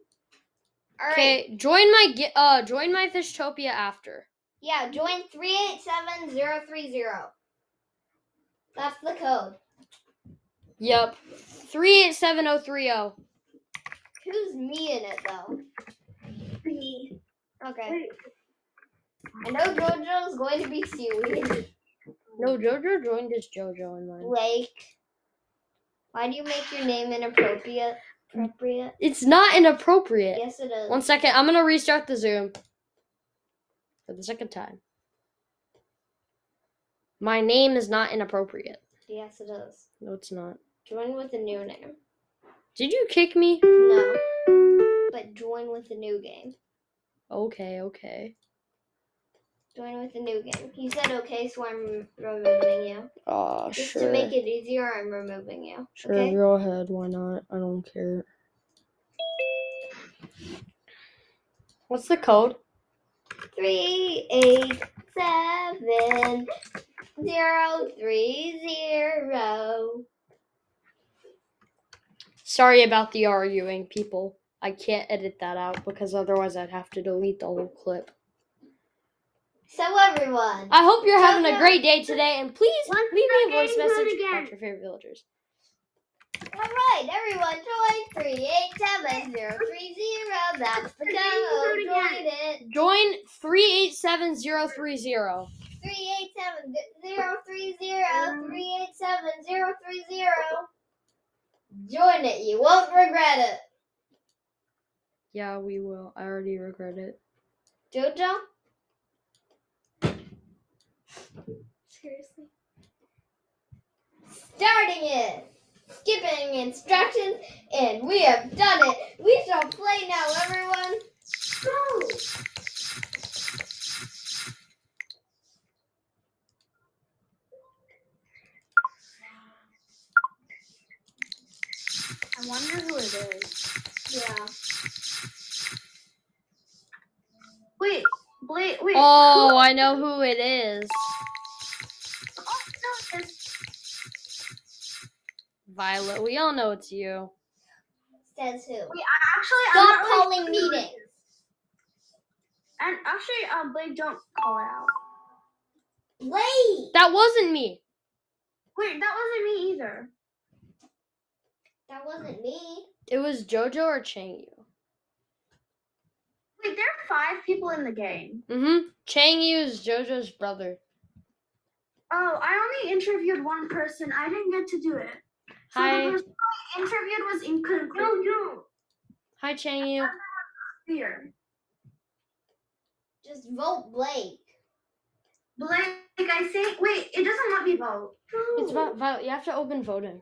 B: All right.
A: Okay, join my gi- uh join my Fishtopia after.
B: Yeah, join three eight seven zero three zero. That's the code.
A: Yep. Three eight seven oh three oh.
B: Who's me in it though?
D: Me.
B: Okay.
D: Wait,
B: I know JoJo's going to be seaweed.
A: No, Jojo joined as Jojo in mine.
B: Blake. Why do you make your name inappropriate? Appropriate?
A: It's not inappropriate.
B: Yes, it is.
A: One second, I'm gonna restart the Zoom for the second time. My name is not inappropriate.
B: Yes, it is.
A: No, it's not.
B: Join with a new name.
A: Did you kick me?
B: No. But join with a new game.
A: Okay, okay.
B: Join with a new game. You said okay, so I'm removing you.
A: Oh,
B: Just to make it easier, I'm removing you.
A: Sure,
B: okay?
A: go ahead. Why not? I don't care. What's the code?
B: three eight seven zero three zero.
A: Sorry about the arguing, people. I can't edit that out because otherwise I'd have to delete the whole clip.
B: So everyone,
A: I hope you're having a
D: Jojo.
A: great day today, and please
D: What's
A: leave me a
D: the
A: voice
D: game code
A: message
D: again?
A: about your favorite villagers.
B: all right, everyone, join three eight seven zero three zero. That's the code. Join it.
A: Join 387030.
B: Three eight seven zero three zero three eight seven zero three zero. Join it. You won't regret it.
A: Yeah, we will. I already regret it.
B: Jojo? Seriously? Starting it! Skipping instructions, and we have done it! We shall play now, everyone!
C: No. I wonder who it is.
B: Yeah.
C: Wait,
A: Oh, I know who it is. Violet, we all know it's you.
B: Says who?
C: Actually, I'm
B: Stop
C: not really-
B: calling meetings.
C: And actually, um, Blake, don't call it out.
B: Wait.
A: That wasn't me.
C: Wait, that wasn't me either.
B: That wasn't me.
A: It was JoJo or Changyu.
C: Wait, there are five people in the game.
A: Mm-hmm. Changyu is JoJo's brother.
C: Oh, I only interviewed one person. I didn't get to do it. So
A: Hi.
C: the person I interviewed was
D: No,
C: inconclusive.
D: you.
A: Hi, Changyu.
B: Just vote Blake.
C: Blake, I think. Wait, it doesn't let me vote.
A: It's Vi- Violet. You have to open voting.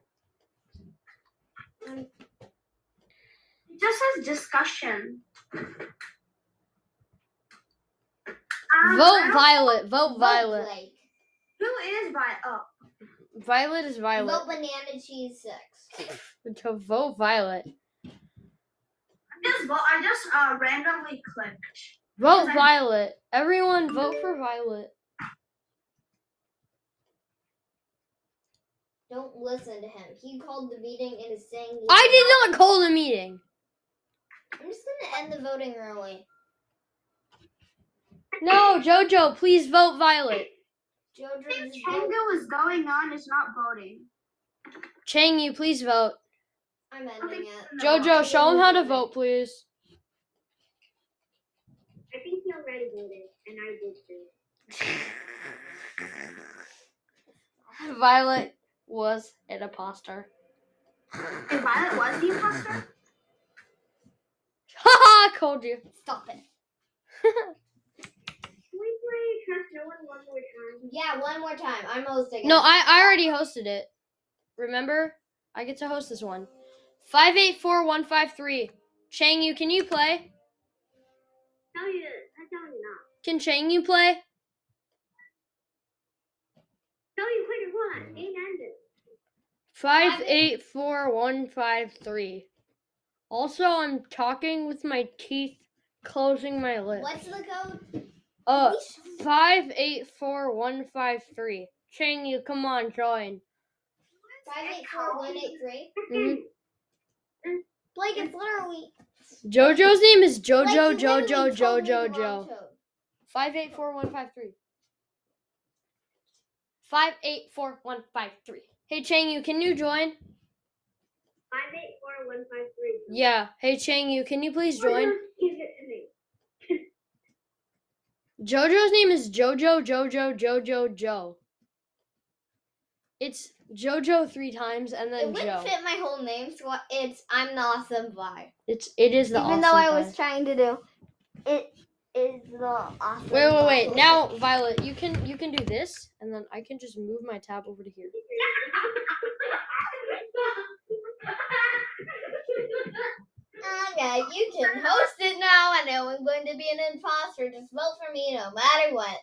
C: It just says discussion. Um,
A: Vote
C: I don't-
A: Violet. Vote
B: Vote
A: Violet.
B: Blake.
C: Who is Violet? Oh,
A: Violet is
B: Vote
A: Violet.
B: banana cheese six.
A: To vote Violet.
C: I just vote. I just uh randomly clicked.
A: Vote
C: Because I'm-
A: Violet. Everyone vote for Violet.
B: Don't listen to him. He called the meeting and is saying. he's not-
A: I did not call the meeting.
B: I'm just gonna end the voting early.
A: No, JoJo, please vote Violet.
B: Jojo
C: think
B: just vote.
C: Tango is going on is not voting.
A: Changyu, please vote.
B: I'm
C: I don't
B: ending
C: think
B: it.
C: it's in the
A: JoJo, show him how to vote, please.
D: I think he already voted, and I did too.
A: Violet was an imposter. *laughs*
C: vote. If Violet was the imposter,
A: Haha, called you.
B: Stop it.
D: Can we play Trust No One one more time?
B: Yeah, one more time. I'm hosting.
A: No,
B: it.
A: I, I already hosted it. Remember? I get to host this one. 584153. Changyu, can you play?
D: Tell you, I tell you not.
A: Can Changyu play?
D: Tell you quit one. Ain't ended.
A: 584153. Also, I'm talking with my teeth closing my lips.
B: What's the code?
A: Uh,
B: We sh-
A: Five eight four one five three. Chang, you come on, join.
B: Five eight four one eight three.
A: Mhm.
B: Blake, it's literally.
A: Jojo's name is
B: Blake, you
A: Jojo
B: literally
A: Jojo
B: told me the
A: Jojo
B: wrong
A: Jo.
B: code.
A: Five eight four one five three. Five eight four one five three. Hey Chang, you can you join?
D: Five eight four one five three.
A: Yeah. Hey Chang, you can you please join?
D: Give it
A: *laughs*
D: to me.
A: Jojo's name is Jojo Jojo Jojo Jo. It's Jojo three times and
B: It
A: then Joe.
B: wouldn't fit my whole name, so I- it's I'm the awesome vibe.
A: It's it is the
B: Even
A: awesome
B: though I
A: guy.
B: was trying to do, it is the awesome.
A: Wait, wait, wait.
B: vibe.
A: Now, Violet, you can you can do this, and then I can just move my tab over to here.
B: Okay, Oh, you can host it now. I know I'm going to be an imposter. Just vote for me no matter what.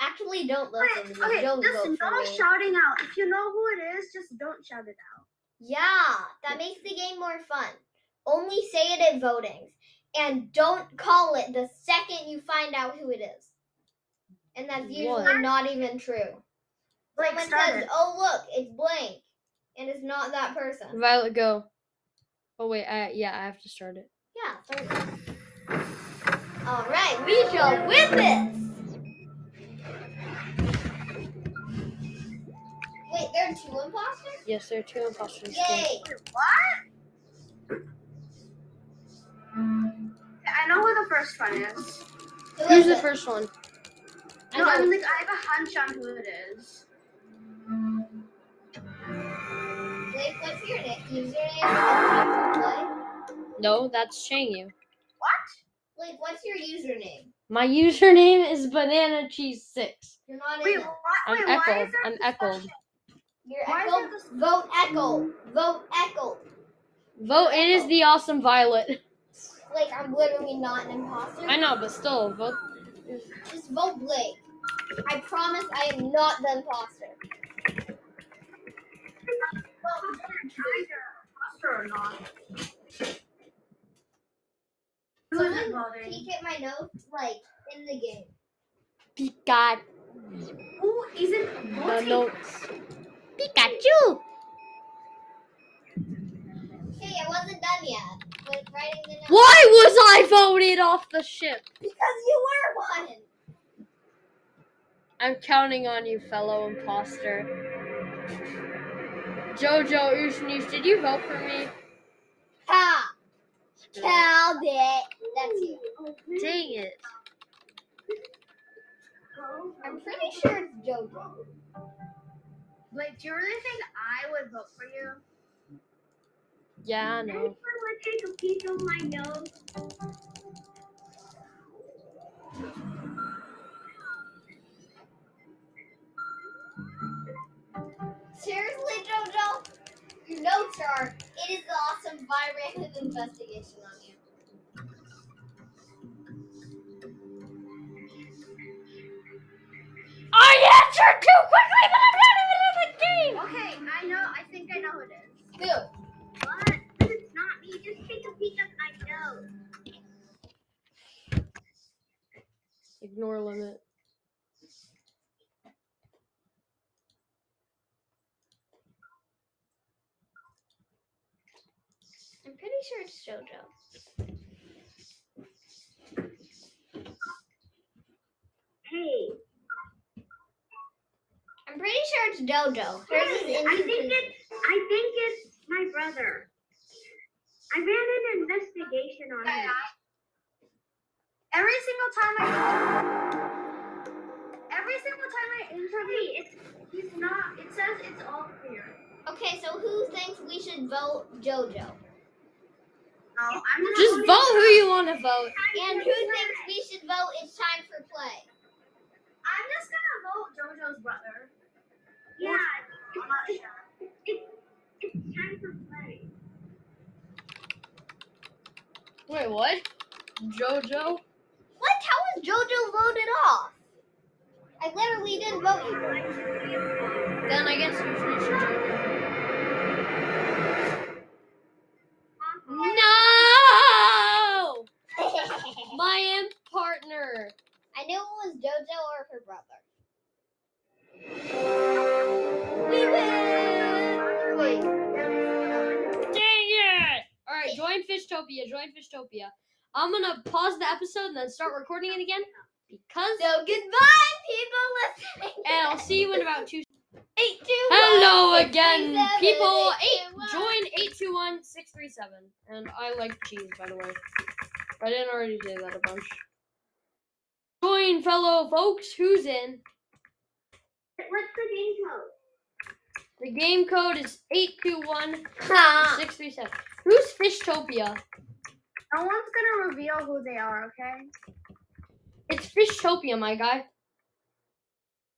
B: Actually, don't listen to me.
C: okay,
B: don't vote
C: just
B: for
C: no
B: me.
C: shouting out. If you know who it is, just don't shout it out.
B: yeah, that makes the game more fun. Only say it at votings. And don't call it the second you find out who it is. And that's usually
A: What?
B: not even true.
C: Blake,
B: Someone
C: start
B: says,
C: it.
B: oh, look, it's blank. And it's not that person.
A: Violet, go. Oh wait, I yeah, I have to start it.
B: Yeah, totally. All right, we shall win this. Wait, there are two imposters?
A: Yes, there are two imposters. here.
B: Yay!
C: I know who the first one is.
B: Who
A: Who's
B: is
A: the
B: it?
A: first one?
C: No, I
A: know.
C: mean, like, I have a hunch on who it is.
B: Blake, what's your name? Username? and password,
A: No, that's Changyu.
B: Blake, Blake, what's your username?
A: My username is banana cheese six.
B: You're not
C: Wait,
B: in.
C: what?
B: it.
A: I'm
C: Wait, why
A: echoed.
C: is there
A: I'm echoed.
B: You're
C: Why is
B: Echo.
C: there this-
B: Vote Echo. Vote Echo.
A: Vote it is the awesome Violet.
B: Blake, I'm literally not an imposter.
A: I know, but still, vote.
B: Just vote Blake. I promise I am not the imposter.
C: Imposter or not? Who is it
B: Someone
C: voting?
B: peek at my notes, like in the game.
A: Pikachu.
C: Who isn't
A: No,
C: voting?
A: no. Pikachu.
B: Hey, I wasn't done yet with writing the note.
A: Why was I voted off the ship?
B: Because you were one.
A: I'm counting on you, fellow imposter. Jojo Ushnish, did you vote for me?
B: Ha! Called it. That's you.
A: Dang it.
B: I'm pretty sure it's JoJo.
D: Wait, do you really think I would vote for you?
A: Yeah, I know.
D: would take a piece of my nose.
B: Seriously, JoJo? Your notes are. It is the awesome vibrant *laughs* investigation on you.
A: I answered too quickly, but I'm not even in the game!
D: Okay, I know. I think I know who it is.
B: Who?
D: What? But it's not me. Just take a peek of my nose.
A: Ignore limit.
D: I'm pretty sure it's JoJo. Hey,
B: I'm pretty sure it's JoJo. Hers is
D: hey, I think
B: incomplete.
D: it's I think it's my brother. I ran an investigation on him.
C: Every single time I. Every single time I interview, it's, he's not. It says it's all clear.
B: Okay, so who thinks we should vote JoJo?
C: No, I'm not
A: Just
C: voting
A: vote who you want to vote.
B: And who thinks we should vote it's time for play?
C: I'm just gonna vote JoJo's brother.
D: Yeah,
C: I'm not sure.
D: it's time for play.
A: Wait, what? Jojo?
B: What? How was JoJo voted off? I literally didn't vote *laughs* you.
A: Then I guess Ushnish and Jojo. No! My imp partner.
B: I knew it was JoJo or her brother.
A: We win!
C: Wait,
A: Dang it! All right, join Fishtopia. Join Fishtopia. I'm gonna pause the episode and then start recording it again because.
B: So goodbye, people listening.
A: And I'll see you in about two.
B: Eight, two,
A: Hello
B: one, six,
A: again,
B: three, seven,
A: people.
B: eight, two, one.
A: Join eight two one six three seven. And I like cheese, by the way. I didn't already say that a bunch. Join fellow folks. Who's in?
D: What's the game code?
A: The game code is eight two one
B: Ha.
A: six three seven. Who's Fishtopia?
C: no one's gonna reveal who they are, okay?
A: It's Fishtopia, my guy.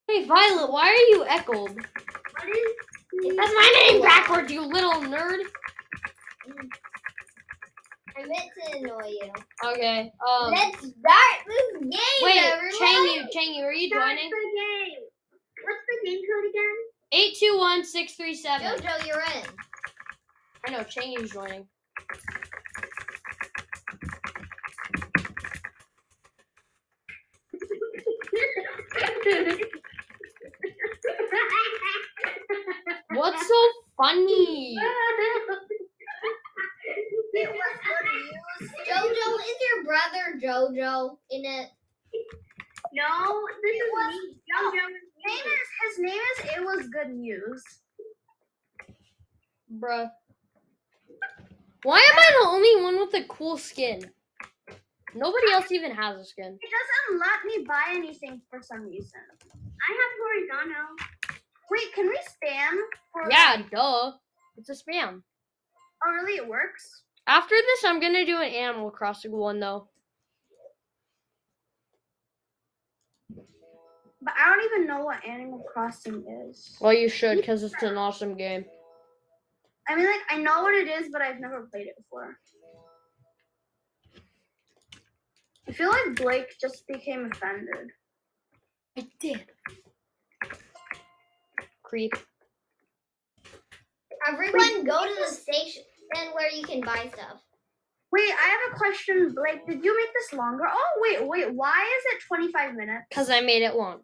A: Hey, Violet, why are you eckled?
D: What is
A: That's my name backwards, you little nerd.
B: I meant to annoy you.
A: Okay. Um.
B: Let's start this game,
A: Wait,
B: everyone.
A: Changyu, Changyu, are you
D: Start
A: joining?
D: the game? What's the game code again?
A: Eight two one six three seven.
B: JoJo, you're in.
A: I know Changyu's joining. What's so funny?
C: It was good news.
B: JoJo is your brother, JoJo, in it.
D: no, this is
C: was-
D: me. JoJo is me.
C: Name is, his name is It Was Good News.
A: Bruh. Why am I the only one with a cool skin? Nobody else even has a skin.
C: It doesn't let me buy anything for some reason.
D: I have horizontal.
C: Wait, can we spam? For,
A: Yeah, duh. It's a spam.
C: Oh, really? It works?
A: After this, I'm gonna do an Animal Crossing one though.
C: But I don't even know what Animal Crossing is.
A: Well, you should, because it's an awesome game.
C: I mean, like, I know what it is, but I've never played it before. I feel like Blake just became offended.
A: I did. Creep.
B: Everyone, go to the station where you can buy stuff.
C: Wait, I have a question, Blake. Did you make this longer? Oh, wait, wait. Why is it 25 minutes?
A: because I made it longer.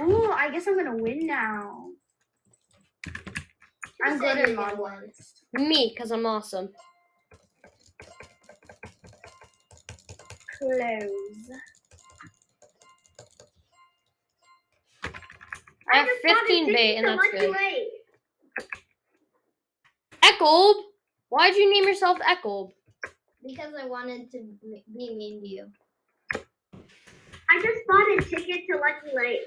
C: Ooh, I guess I'm gonna win now. I'm good at
B: my
C: model.
B: one.
A: Me, because I'm awesome.
C: Close.
A: I
D: I
A: have
D: just bought a
A: 15 bay,
D: ticket
A: and
D: to
A: that's good.
D: Monterey.
A: Echold? Why'd you name yourself Echold?
B: Because I wanted to m- be mean to you.
D: I just bought a ticket to Lucky Lake.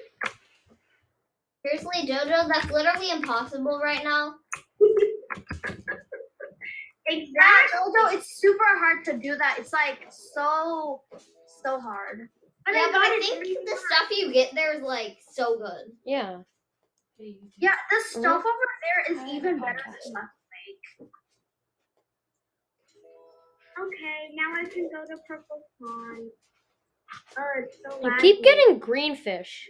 B: Seriously, JoJo, that's literally impossible right now.
D: Exactly.
C: Although it's super hard to do that. It's like so, so hard.
B: yeah, but
D: got
B: I
D: it
B: think
D: three
B: the
D: times.
B: stuff you get there is like so good.
A: Yeah.
C: Yeah,
B: Oh.
C: the stuff
A: Mhm.
C: over there is even better
A: Podcast.
C: than mine.
D: Okay, now I can go to Purple Pond. Oh, it's so
A: I
D: loud.
A: keep getting green fish.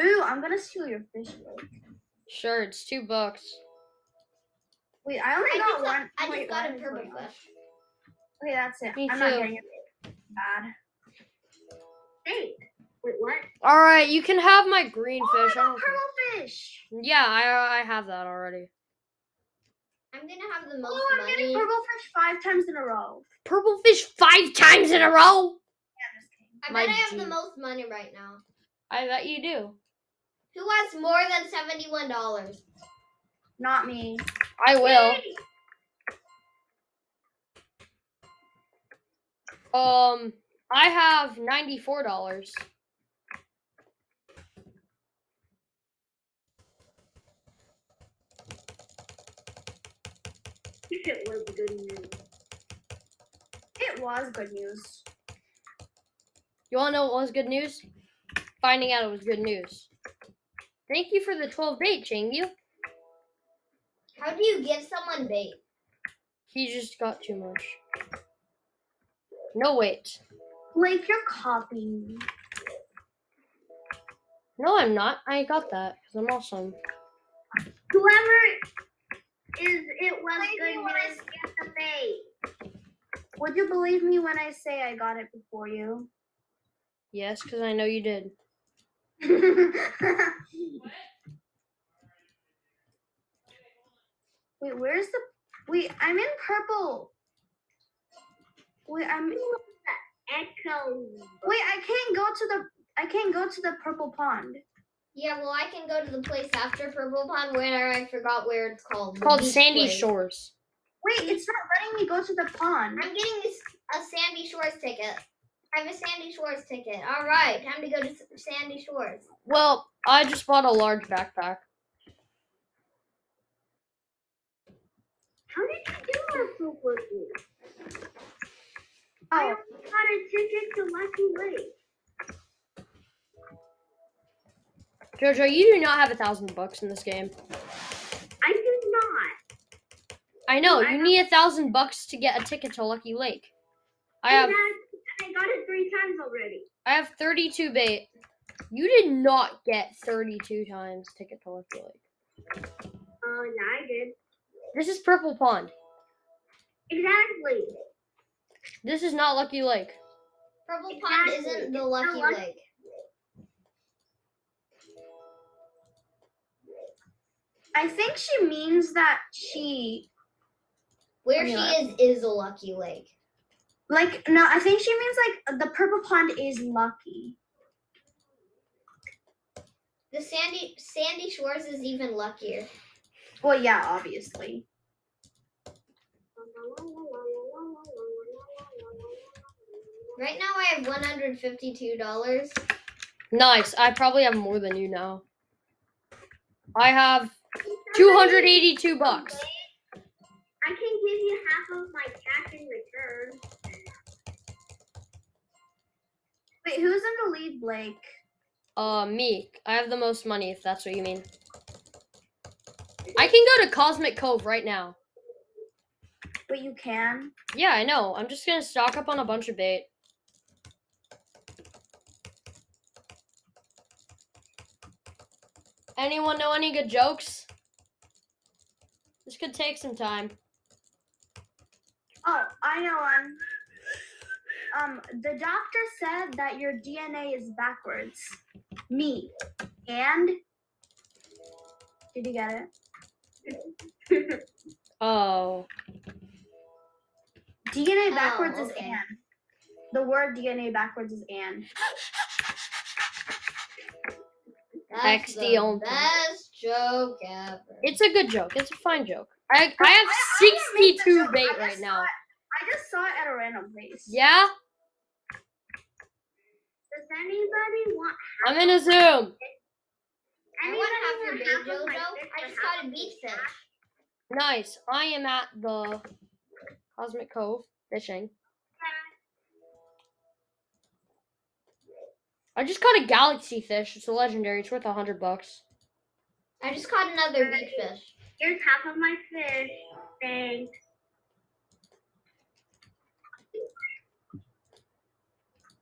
C: Ooh, I'm gonna steal your fish. Blake.
A: Sure, it's two bucks.
C: Wait, I only
B: I
C: got
B: just got-
C: one.
B: I just
C: Wait,
B: got
C: what
B: a
C: is
B: purple
C: going on?
B: fish.
C: Wait, that's it.
A: Me
C: I'm not
A: too.
C: getting it. Bad.
D: Wait, wait, what?
A: All right, you can have my green
C: Oh,
A: fish.
C: I
A: I
C: got
A: don't care.
C: purple fish.
A: Yeah, I I have that already.
B: I'm gonna have the most
C: Oh, I'm
B: money.
C: getting purple fish five times in a row.
A: Purple fish five times in a row.
B: I
A: my
B: bet I have the
A: G.
B: most money right now.
A: I bet you do.
B: Who has more than seventy-one dollars?
C: Not me.
A: I will. Um, I have ninety four dollars.
D: It was good news.
C: It was good news.
A: You wanna know what was good news? Finding out it was good news. Thank you for the twelve date, Changyu.
B: How do you give someone bait?
A: He just got too much. No wait.
C: Blake, you're copying.
A: No, I'm not. I got that because I'm awesome.
D: Whoever is it was
C: Thank
D: good
C: you, I
D: news get the bait.
C: Would you believe me when I say I got it before you?
A: Yes, because I know you did.
C: Wait, where's the? Wait, I'm in purple. Wait, I'm. Wait,
D: Echo.
C: I can't go to the. I can't go to the purple pond.
B: Yeah, well, I can go to the place after Purple Pond where I forgot where it's called.
A: It's called
B: Beach
A: Sandy
B: Place.
A: Shores.
C: Wait, it's not letting me go to the pond.
B: I'm getting this, a Sandy Shores ticket. I have a Sandy Shores ticket. All right, time to go to S- Sandy Shores.
A: Well, I just bought a large backpack.
D: How did you do that so quickly?
C: Oh,
D: Got a ticket to Lucky Lake.
A: Jojo, you do not have a thousand bucks in this game.
D: I did not.
A: I know
D: I
A: you need a thousand bucks to get a ticket to Lucky Lake. I have
D: And that's- and I got it three times already.
A: I have thirty two bait. You did not get thirty two times ticket to Lucky Lake.
D: Oh, yeah, I did.
A: This is Purple Pond.
D: Exactly.
A: This is not Lucky Lake.
B: Purple Pond
D: Exactly.
B: isn't the Lucky
D: lucky-
B: Lake.
C: I think she means that she
B: Where she
C: Yeah.
B: is is a Lucky Lake.
C: like no. I think she means like the purple pond is lucky.
B: The Sandy Sandy Shores is even luckier.
C: Well, yeah, obviously.
B: Right now, I have one hundred fifty-two dollars.
A: Nice. I probably have more than you now. I have two hundred eighty two bucks.
D: I can give you half of my cash in return.
C: Wait, who's in the lead, Blake?
A: Uh, me. I have the most money, if that's what you mean. I can go to Cosmic Cove right now.
C: Wait, you can.
A: Yeah, I know. I'm just gonna stock up on a bunch of bait. Anyone know any good jokes? This could take some time.
C: Oh, I know one. Um, the doctor said that your DNA is backwards. Me. And. Did you get it?
A: Oh.
C: DNA
B: Oh,
C: backwards is
B: okay.
C: and. The word DNA backwards is and.
A: That's the only-
B: best joke ever.
A: It's a good joke. It's a fine joke. I, I have
C: I didn't make the
A: 62
C: joke, I
A: bait
C: just
A: right
C: saw
A: now.
C: it. I just saw it at a random place.
A: Yeah?
D: Does anybody want
A: I'm in a Zoom.
B: I
D: anybody
B: want to have your big
D: of my
B: JoJo. I
D: fish
B: just
D: for
B: caught a
D: half
B: beach
D: of
B: fish.
D: my
A: Nice. I am at the Cosmic Cove fishing. I just caught a galaxy fish. It's a legendary. It's worth a hundred bucks.
B: I just caught another big fish.
D: Here's half of my fish. Thanks.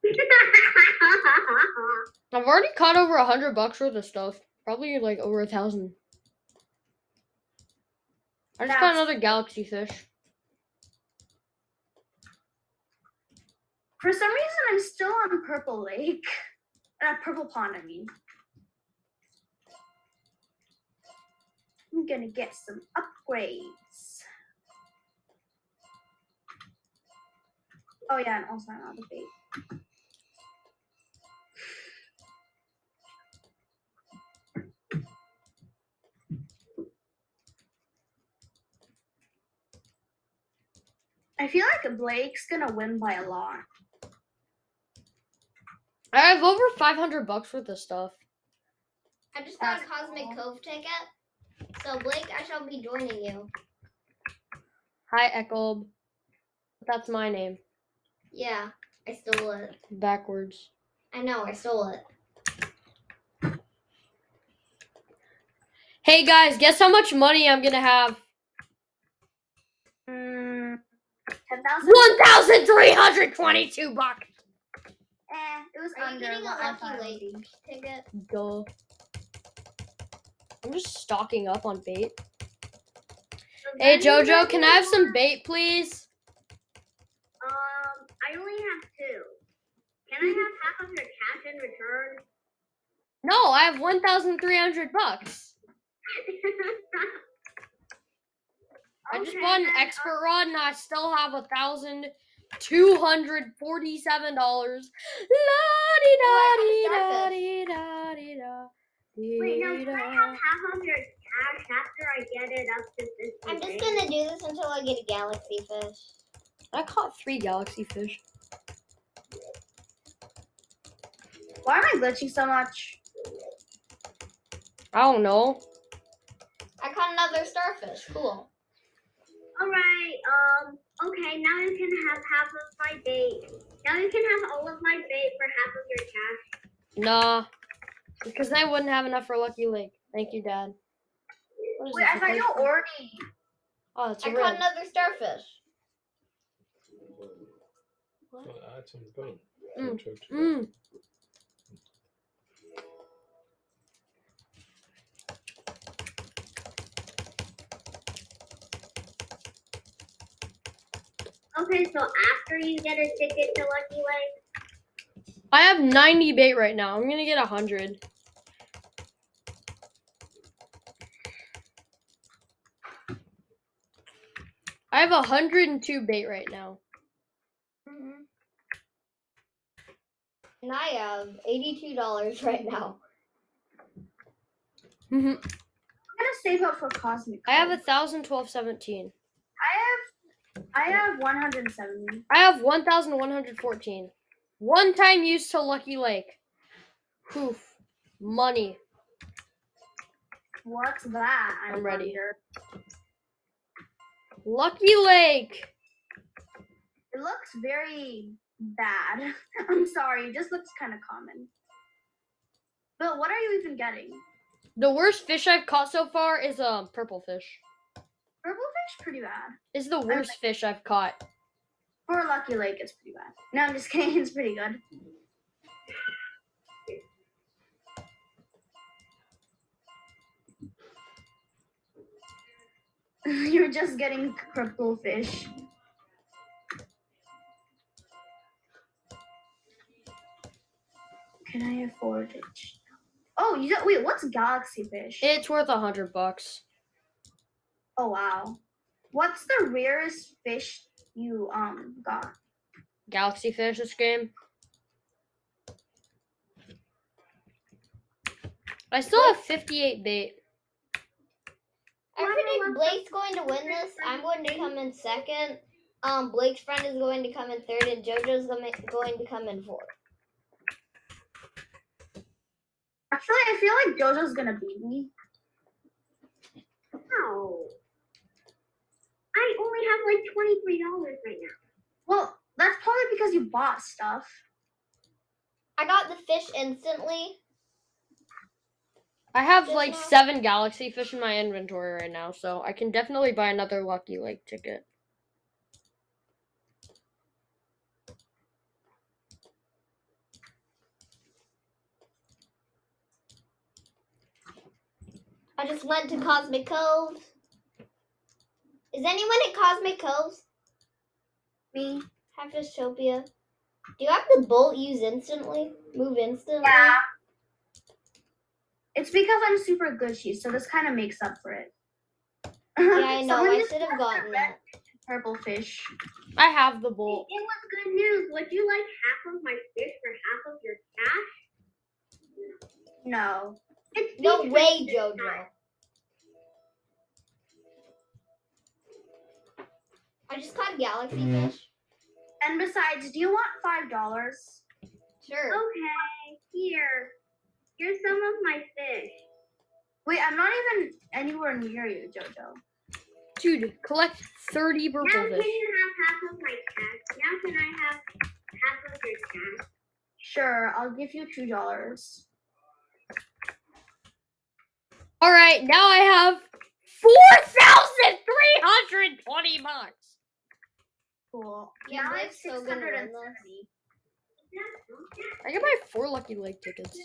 D: *laughs*
A: I've already caught over a hundred bucks worth of stuff. Probably like over a thousand. I just caught
C: That's-
A: another galaxy fish.
C: For some reason, I'm still on Purple Lake. Uh, Purple Pond, I mean. I'm gonna get some upgrades. Oh, yeah, and also I'm out of bait. I feel like Blake's gonna win by a lot.
A: I have over five hundred bucks worth of stuff.
B: I just got a
C: That's
B: Cosmic
C: cool.
B: Cove ticket. So Blake, I shall be joining you.
A: Hi, Echob. That's my name.
B: Yeah, I stole it.
A: Backwards.
B: I know, I stole it.
A: Hey guys, guess how much money I'm gonna have?
C: Mm, 10,000?
A: One thousand three hundred twenty-two bucks.
C: Eh, it was
B: Are you
C: under
B: getting a
C: what I
B: Lucky
C: thought it would
B: Lake?
C: be.
B: Ticket.
A: Duh. I'm just stocking up on bait.
D: Does
A: Hey Jojo,
D: anybody
A: can I have some
D: want-
A: bait, please?
D: Um, I only have two. Can I have half of your cash in return? *laughs*
A: No, I have one thousand three hundred bucks. I just
D: Okay,
A: bought an
D: then,
A: expert rod and I still have a thousand two hundred forty-seven dollars. La di da di da di da
D: oh, Wait, no,
A: di
D: can I
A: da.
D: have half of your cash after I get it up to this?
B: I'm just gonna do this until I get a galaxy fish.
A: I caught three galaxy fish.
C: Why am I glitching so much?
A: I don't know.
B: I caught another starfish. Cool.
D: Alright, um, okay, now you can have half of my bait. Now you can have all of my bait for half of your cash.
A: Nah, because they wouldn't have enough for Lucky Lake. Thank you, Dad. What is
C: Wait,
A: this,
C: I
A: a
C: thought you
A: Facebook?
C: already.
A: Oh, it's a
B: I
A: real.
B: caught another starfish.
E: Well, I had some gum.
A: Mm,
E: Choked it up.
A: Mm.
D: Okay, so after you get a ticket to Lucky Lake,
A: I have 90 bait right now. I'm gonna get 100. I have 102 bait right now.
B: And I have eighty-two dollars right now.
A: Mhm.
C: I'm gonna save up for Cosmic.
A: I have
C: Code.
A: 1,012, 17.
C: I have. I have 170.
A: I have 1,114. One time use to Lucky Lake. Poof. Money.
C: What's that? I
A: I'm ready.
C: wonder?
A: Lucky Lake.
C: It looks very bad. *laughs* I'm sorry. It just looks kind of common. But what are you even getting?
A: The worst fish I've caught so far is a um, purple fish.
C: Purple fish, pretty bad.
A: It's the worst fish I've caught.
C: Or Lucky Lake, it's pretty bad. No, I'm just *laughs* kidding. It's pretty good. You're just getting purple fish. pitch. Oh, you don't, wait. What's galaxy fish?
A: It's worth a hundred bucks.
C: oh wow. What's the rarest fish you um got?
A: Galaxy Fish this game. I still have 58 bait.
B: I predict Blake's going to win this. I'm going to come in second. Um, Blake's friend is going to come in third, and JoJo's gonna- going to come in fourth.
C: Actually, I feel like JoJo's gonna beat me.
D: Wow. I only have like $23 right now.
C: Well, that's probably because you bought stuff.
B: I got the fish instantly.
A: I have
B: Just
A: like
B: now?
A: seven Galaxy Fish in my inventory right now, so I can definitely buy another Lucky Lake ticket.
B: I just went to Cosmic Cove. Is anyone at Cosmic Coves?
C: Me.
B: Have Fishopia. Do you have the bolt use instantly? Move instantly?
C: It's because I'm super gushy, so this kind of makes up
D: *laughs*
C: for it.
B: Yeah, I know.
C: Someone
B: I
C: just
B: should have
C: got the *laughs*
B: gotten
C: red
B: that.
C: Purple fish.
A: I have the bolt.
D: It was good news. Would you like half of my fish for half of your cash?
C: No.
D: It's
B: No
D: beach
B: way,
D: fish this
B: JoJo.
D: time.
B: I just caught Galaxy Fish.
C: And besides, do you want five dollars?
B: Sure.
D: Okay, here. Here's some of my fish.
C: Wait, I'm not even anywhere near you, Jojo.
A: Dude, collect 30
D: Now
A: purple
D: can
A: fish.
D: you have half of my cash? Now can I have half of your cash?
C: Sure, I'll give you two dollars.
A: Alright, now I have 4,320 bucks.
C: Cool.
B: Yeah,
C: now I have
B: Blake's so good at doing this.
C: 670.
A: I can buy four Lucky Lake tickets.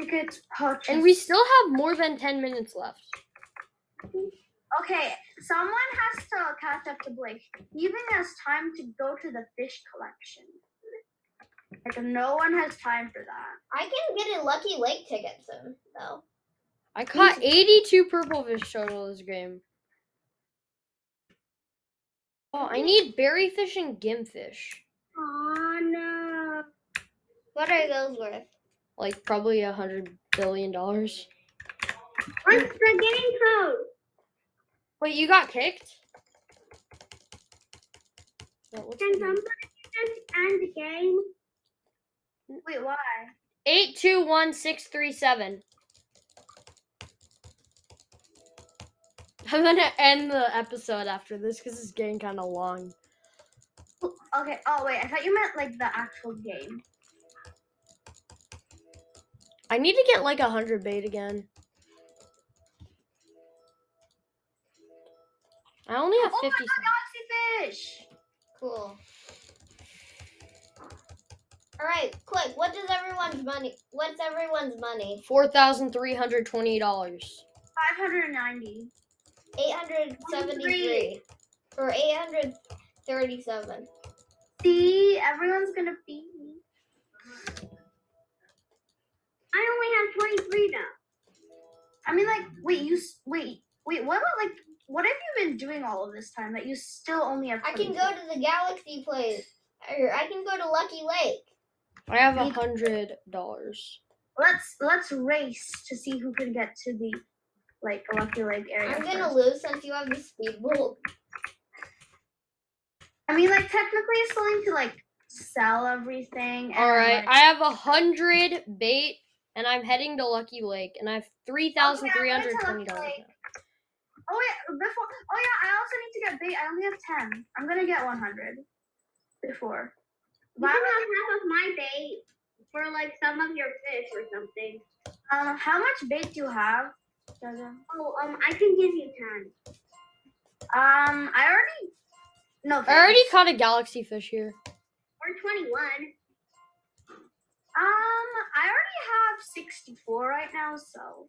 C: Tickets purchased.
A: And we still have more than 10 minutes left.
C: Okay, someone has to catch up to Blake. He even has time to go to the fish collection. Like no one has time for that.
B: I can get a Lucky Lake ticket soon, though.
A: I caught 82 purple fish total this game. Oh, I need berry fish and gimfish.
D: Aw, no.
B: What are those worth?
A: Like probably a hundred billion dollars.
D: What's the game code?
A: Wait, you got kicked? What- what's
D: Can
A: the name?
D: somebody just end the game?
C: Wait, why?
A: Eight two one six three seven. I'm gonna end the episode after this because it's getting kind of long.
C: Okay, oh wait, I thought you meant like the actual game.
A: I need to get like a hundred bait again. I only have
C: Oh my
A: fifty. cents.
C: Galaxy fish!
B: Cool. All right, quick. What does everyone's money? What's everyone's money?
A: Four thousand three hundred twenty dollars.
C: 590.
B: Eight hundred seventy-three or eight hundred thirty-seven.
C: See, everyone's gonna beat me.
D: I only have 23 though.
C: I mean, like, wait, you, s- wait, wait, what about, like, what have you been doing all of this time that you still only have
B: I can go to the Galaxy place, or I can go to Lucky Lake.
A: I have a
C: Me-
A: hundred dollars.
C: Let's, let's race to see who can get to the, like, Lucky Lake area
B: I'm
C: first.
B: gonna lose since you have the speed bolt.
C: I mean, like, technically, I still need to, like, sell everything. and,
A: All right,
C: like-
A: I have a hundred bait, and I'm heading to Lucky Lake, and I have three thousand three hundred twenty dollars.
C: Lake. oh, yeah, before, oh, yeah, I also need to get bait. I only have 10. I'm gonna get 100 before.
D: You
C: Why
D: can
C: am I-
D: have half of my bait for like some of your fish or something.
C: Um, how much bait do you have? Jojo?
D: Oh, um, I can give you 10.
C: Um, I already. No.
A: I already
C: thanks.
A: caught a galaxy fish here.
D: Or 21.
C: Um, I already have sixty-four right now, so.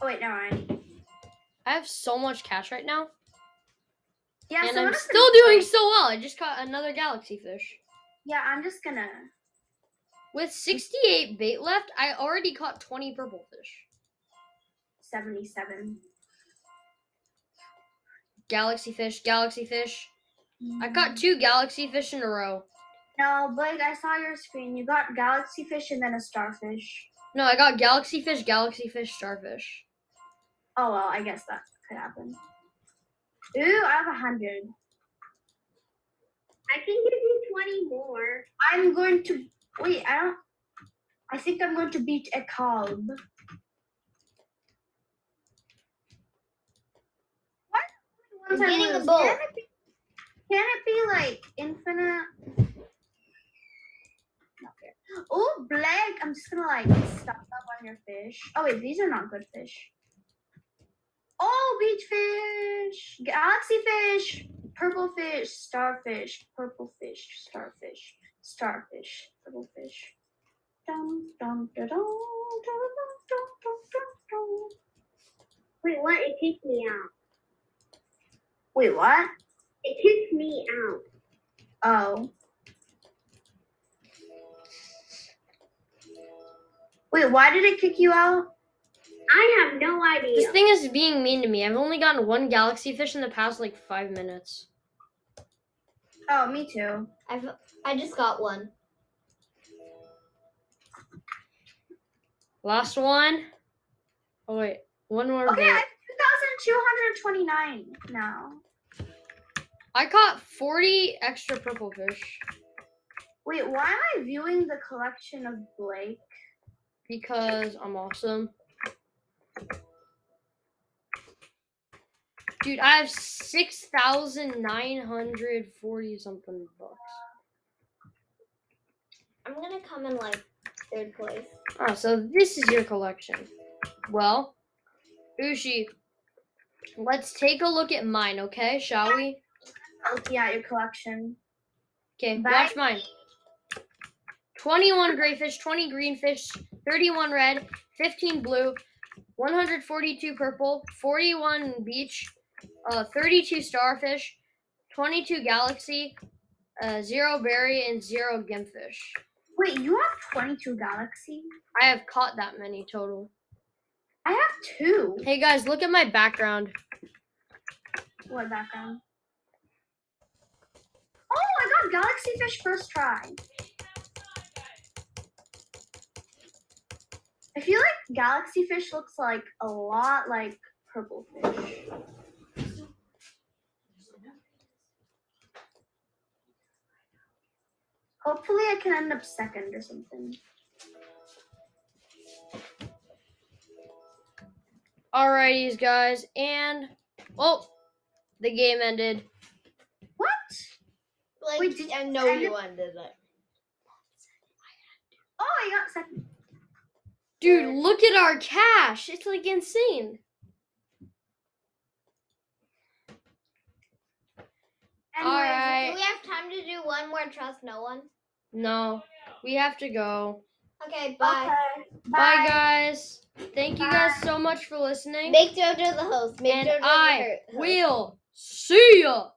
C: Oh wait, never mind.
A: I have so much cash right now,
C: Yeah,
A: and
C: so
A: I'm
C: what if
A: still
C: it's-
A: doing so well. I just caught another galaxy fish.
C: Yeah, I'm just gonna.
A: With 68 bait left, I already caught 20 purple fish.
C: 77.
A: Galaxy fish, galaxy fish. I caught two galaxy fish in a row.
C: No, Blake, I saw your screen. You got galaxy fish and then a starfish.
A: No, I got galaxy fish, galaxy fish, starfish.
C: Oh, well, I guess that could happen. Ooh, I have a 100.
D: I can give you 20 more.
C: I'm going to. Wait, I don't. I think I'm going to beat a calb. What? Once I
B: Getting a
C: lose,
B: bull.
C: Can it, be, can it be like infinite? Oh, Blake, I'm just gonna like stock up on your fish. Oh, wait, these are not good fish. Oh, beach fish, galaxy fish, purple fish, starfish, purple fish, starfish, starfish, purple fish. Dum, dum, da, dum, dum, dum, dum, dum, dum, dum.
D: Wait, what? It kicked me out.
C: Wait, what?
D: It kicked me out.
C: Oh. Wait, why did it kick you out?
D: I have no idea.
A: This thing is being mean to me. I've only gotten one galaxy fish in the past like five minutes.
C: Oh, me too.
B: I've I just got one.
A: Last one. Oh wait, one more.
C: Okay,
A: bait.
C: I'm 2,229 now.
A: I caught 40 extra purple fish
C: Wait, why am I viewing the collection of Blake?
A: because I'm awesome. Dude, I have 6,940 something bucks.
B: I'm gonna come in like third place.
A: Oh, so this is your collection. Well, Ushi, let's take a look at mine, okay? Shall we?
C: Looking at your collection.
A: Okay,
C: Bye.
A: watch mine. 21 gray fish, 20 green fish, 31 red, 15 blue, 142 purple, 41 beach, uh, 32 starfish, 22 galaxy, uh, 0 berry, and 0 gimfish.
C: Wait, you have 22 galaxy?
A: I have caught that many total.
C: I have two.
A: Hey guys, look at my background.
C: What background? Oh, I got galaxy fish first try. I feel like galaxy fish looks like a lot like purple fish. Hopefully, I can end up second or something.
A: Alrighties, guys, and oh, the game ended.
C: What?
B: Like
C: Wait, did-
B: I know
C: I
B: you ended it.
C: Oh, I got second.
A: Dude, look at our cash. It's like insane.
C: Anyways,
A: Alright.
B: Do we have time to do one more trust no one?
A: No, we have to go.
B: Okay,
C: Okay.
B: bye.
A: Bye, guys. Thank you guys so much for listening.
B: Make JoJo the host. Make
A: and
B: JoJo the
A: I
B: host.
A: will see ya.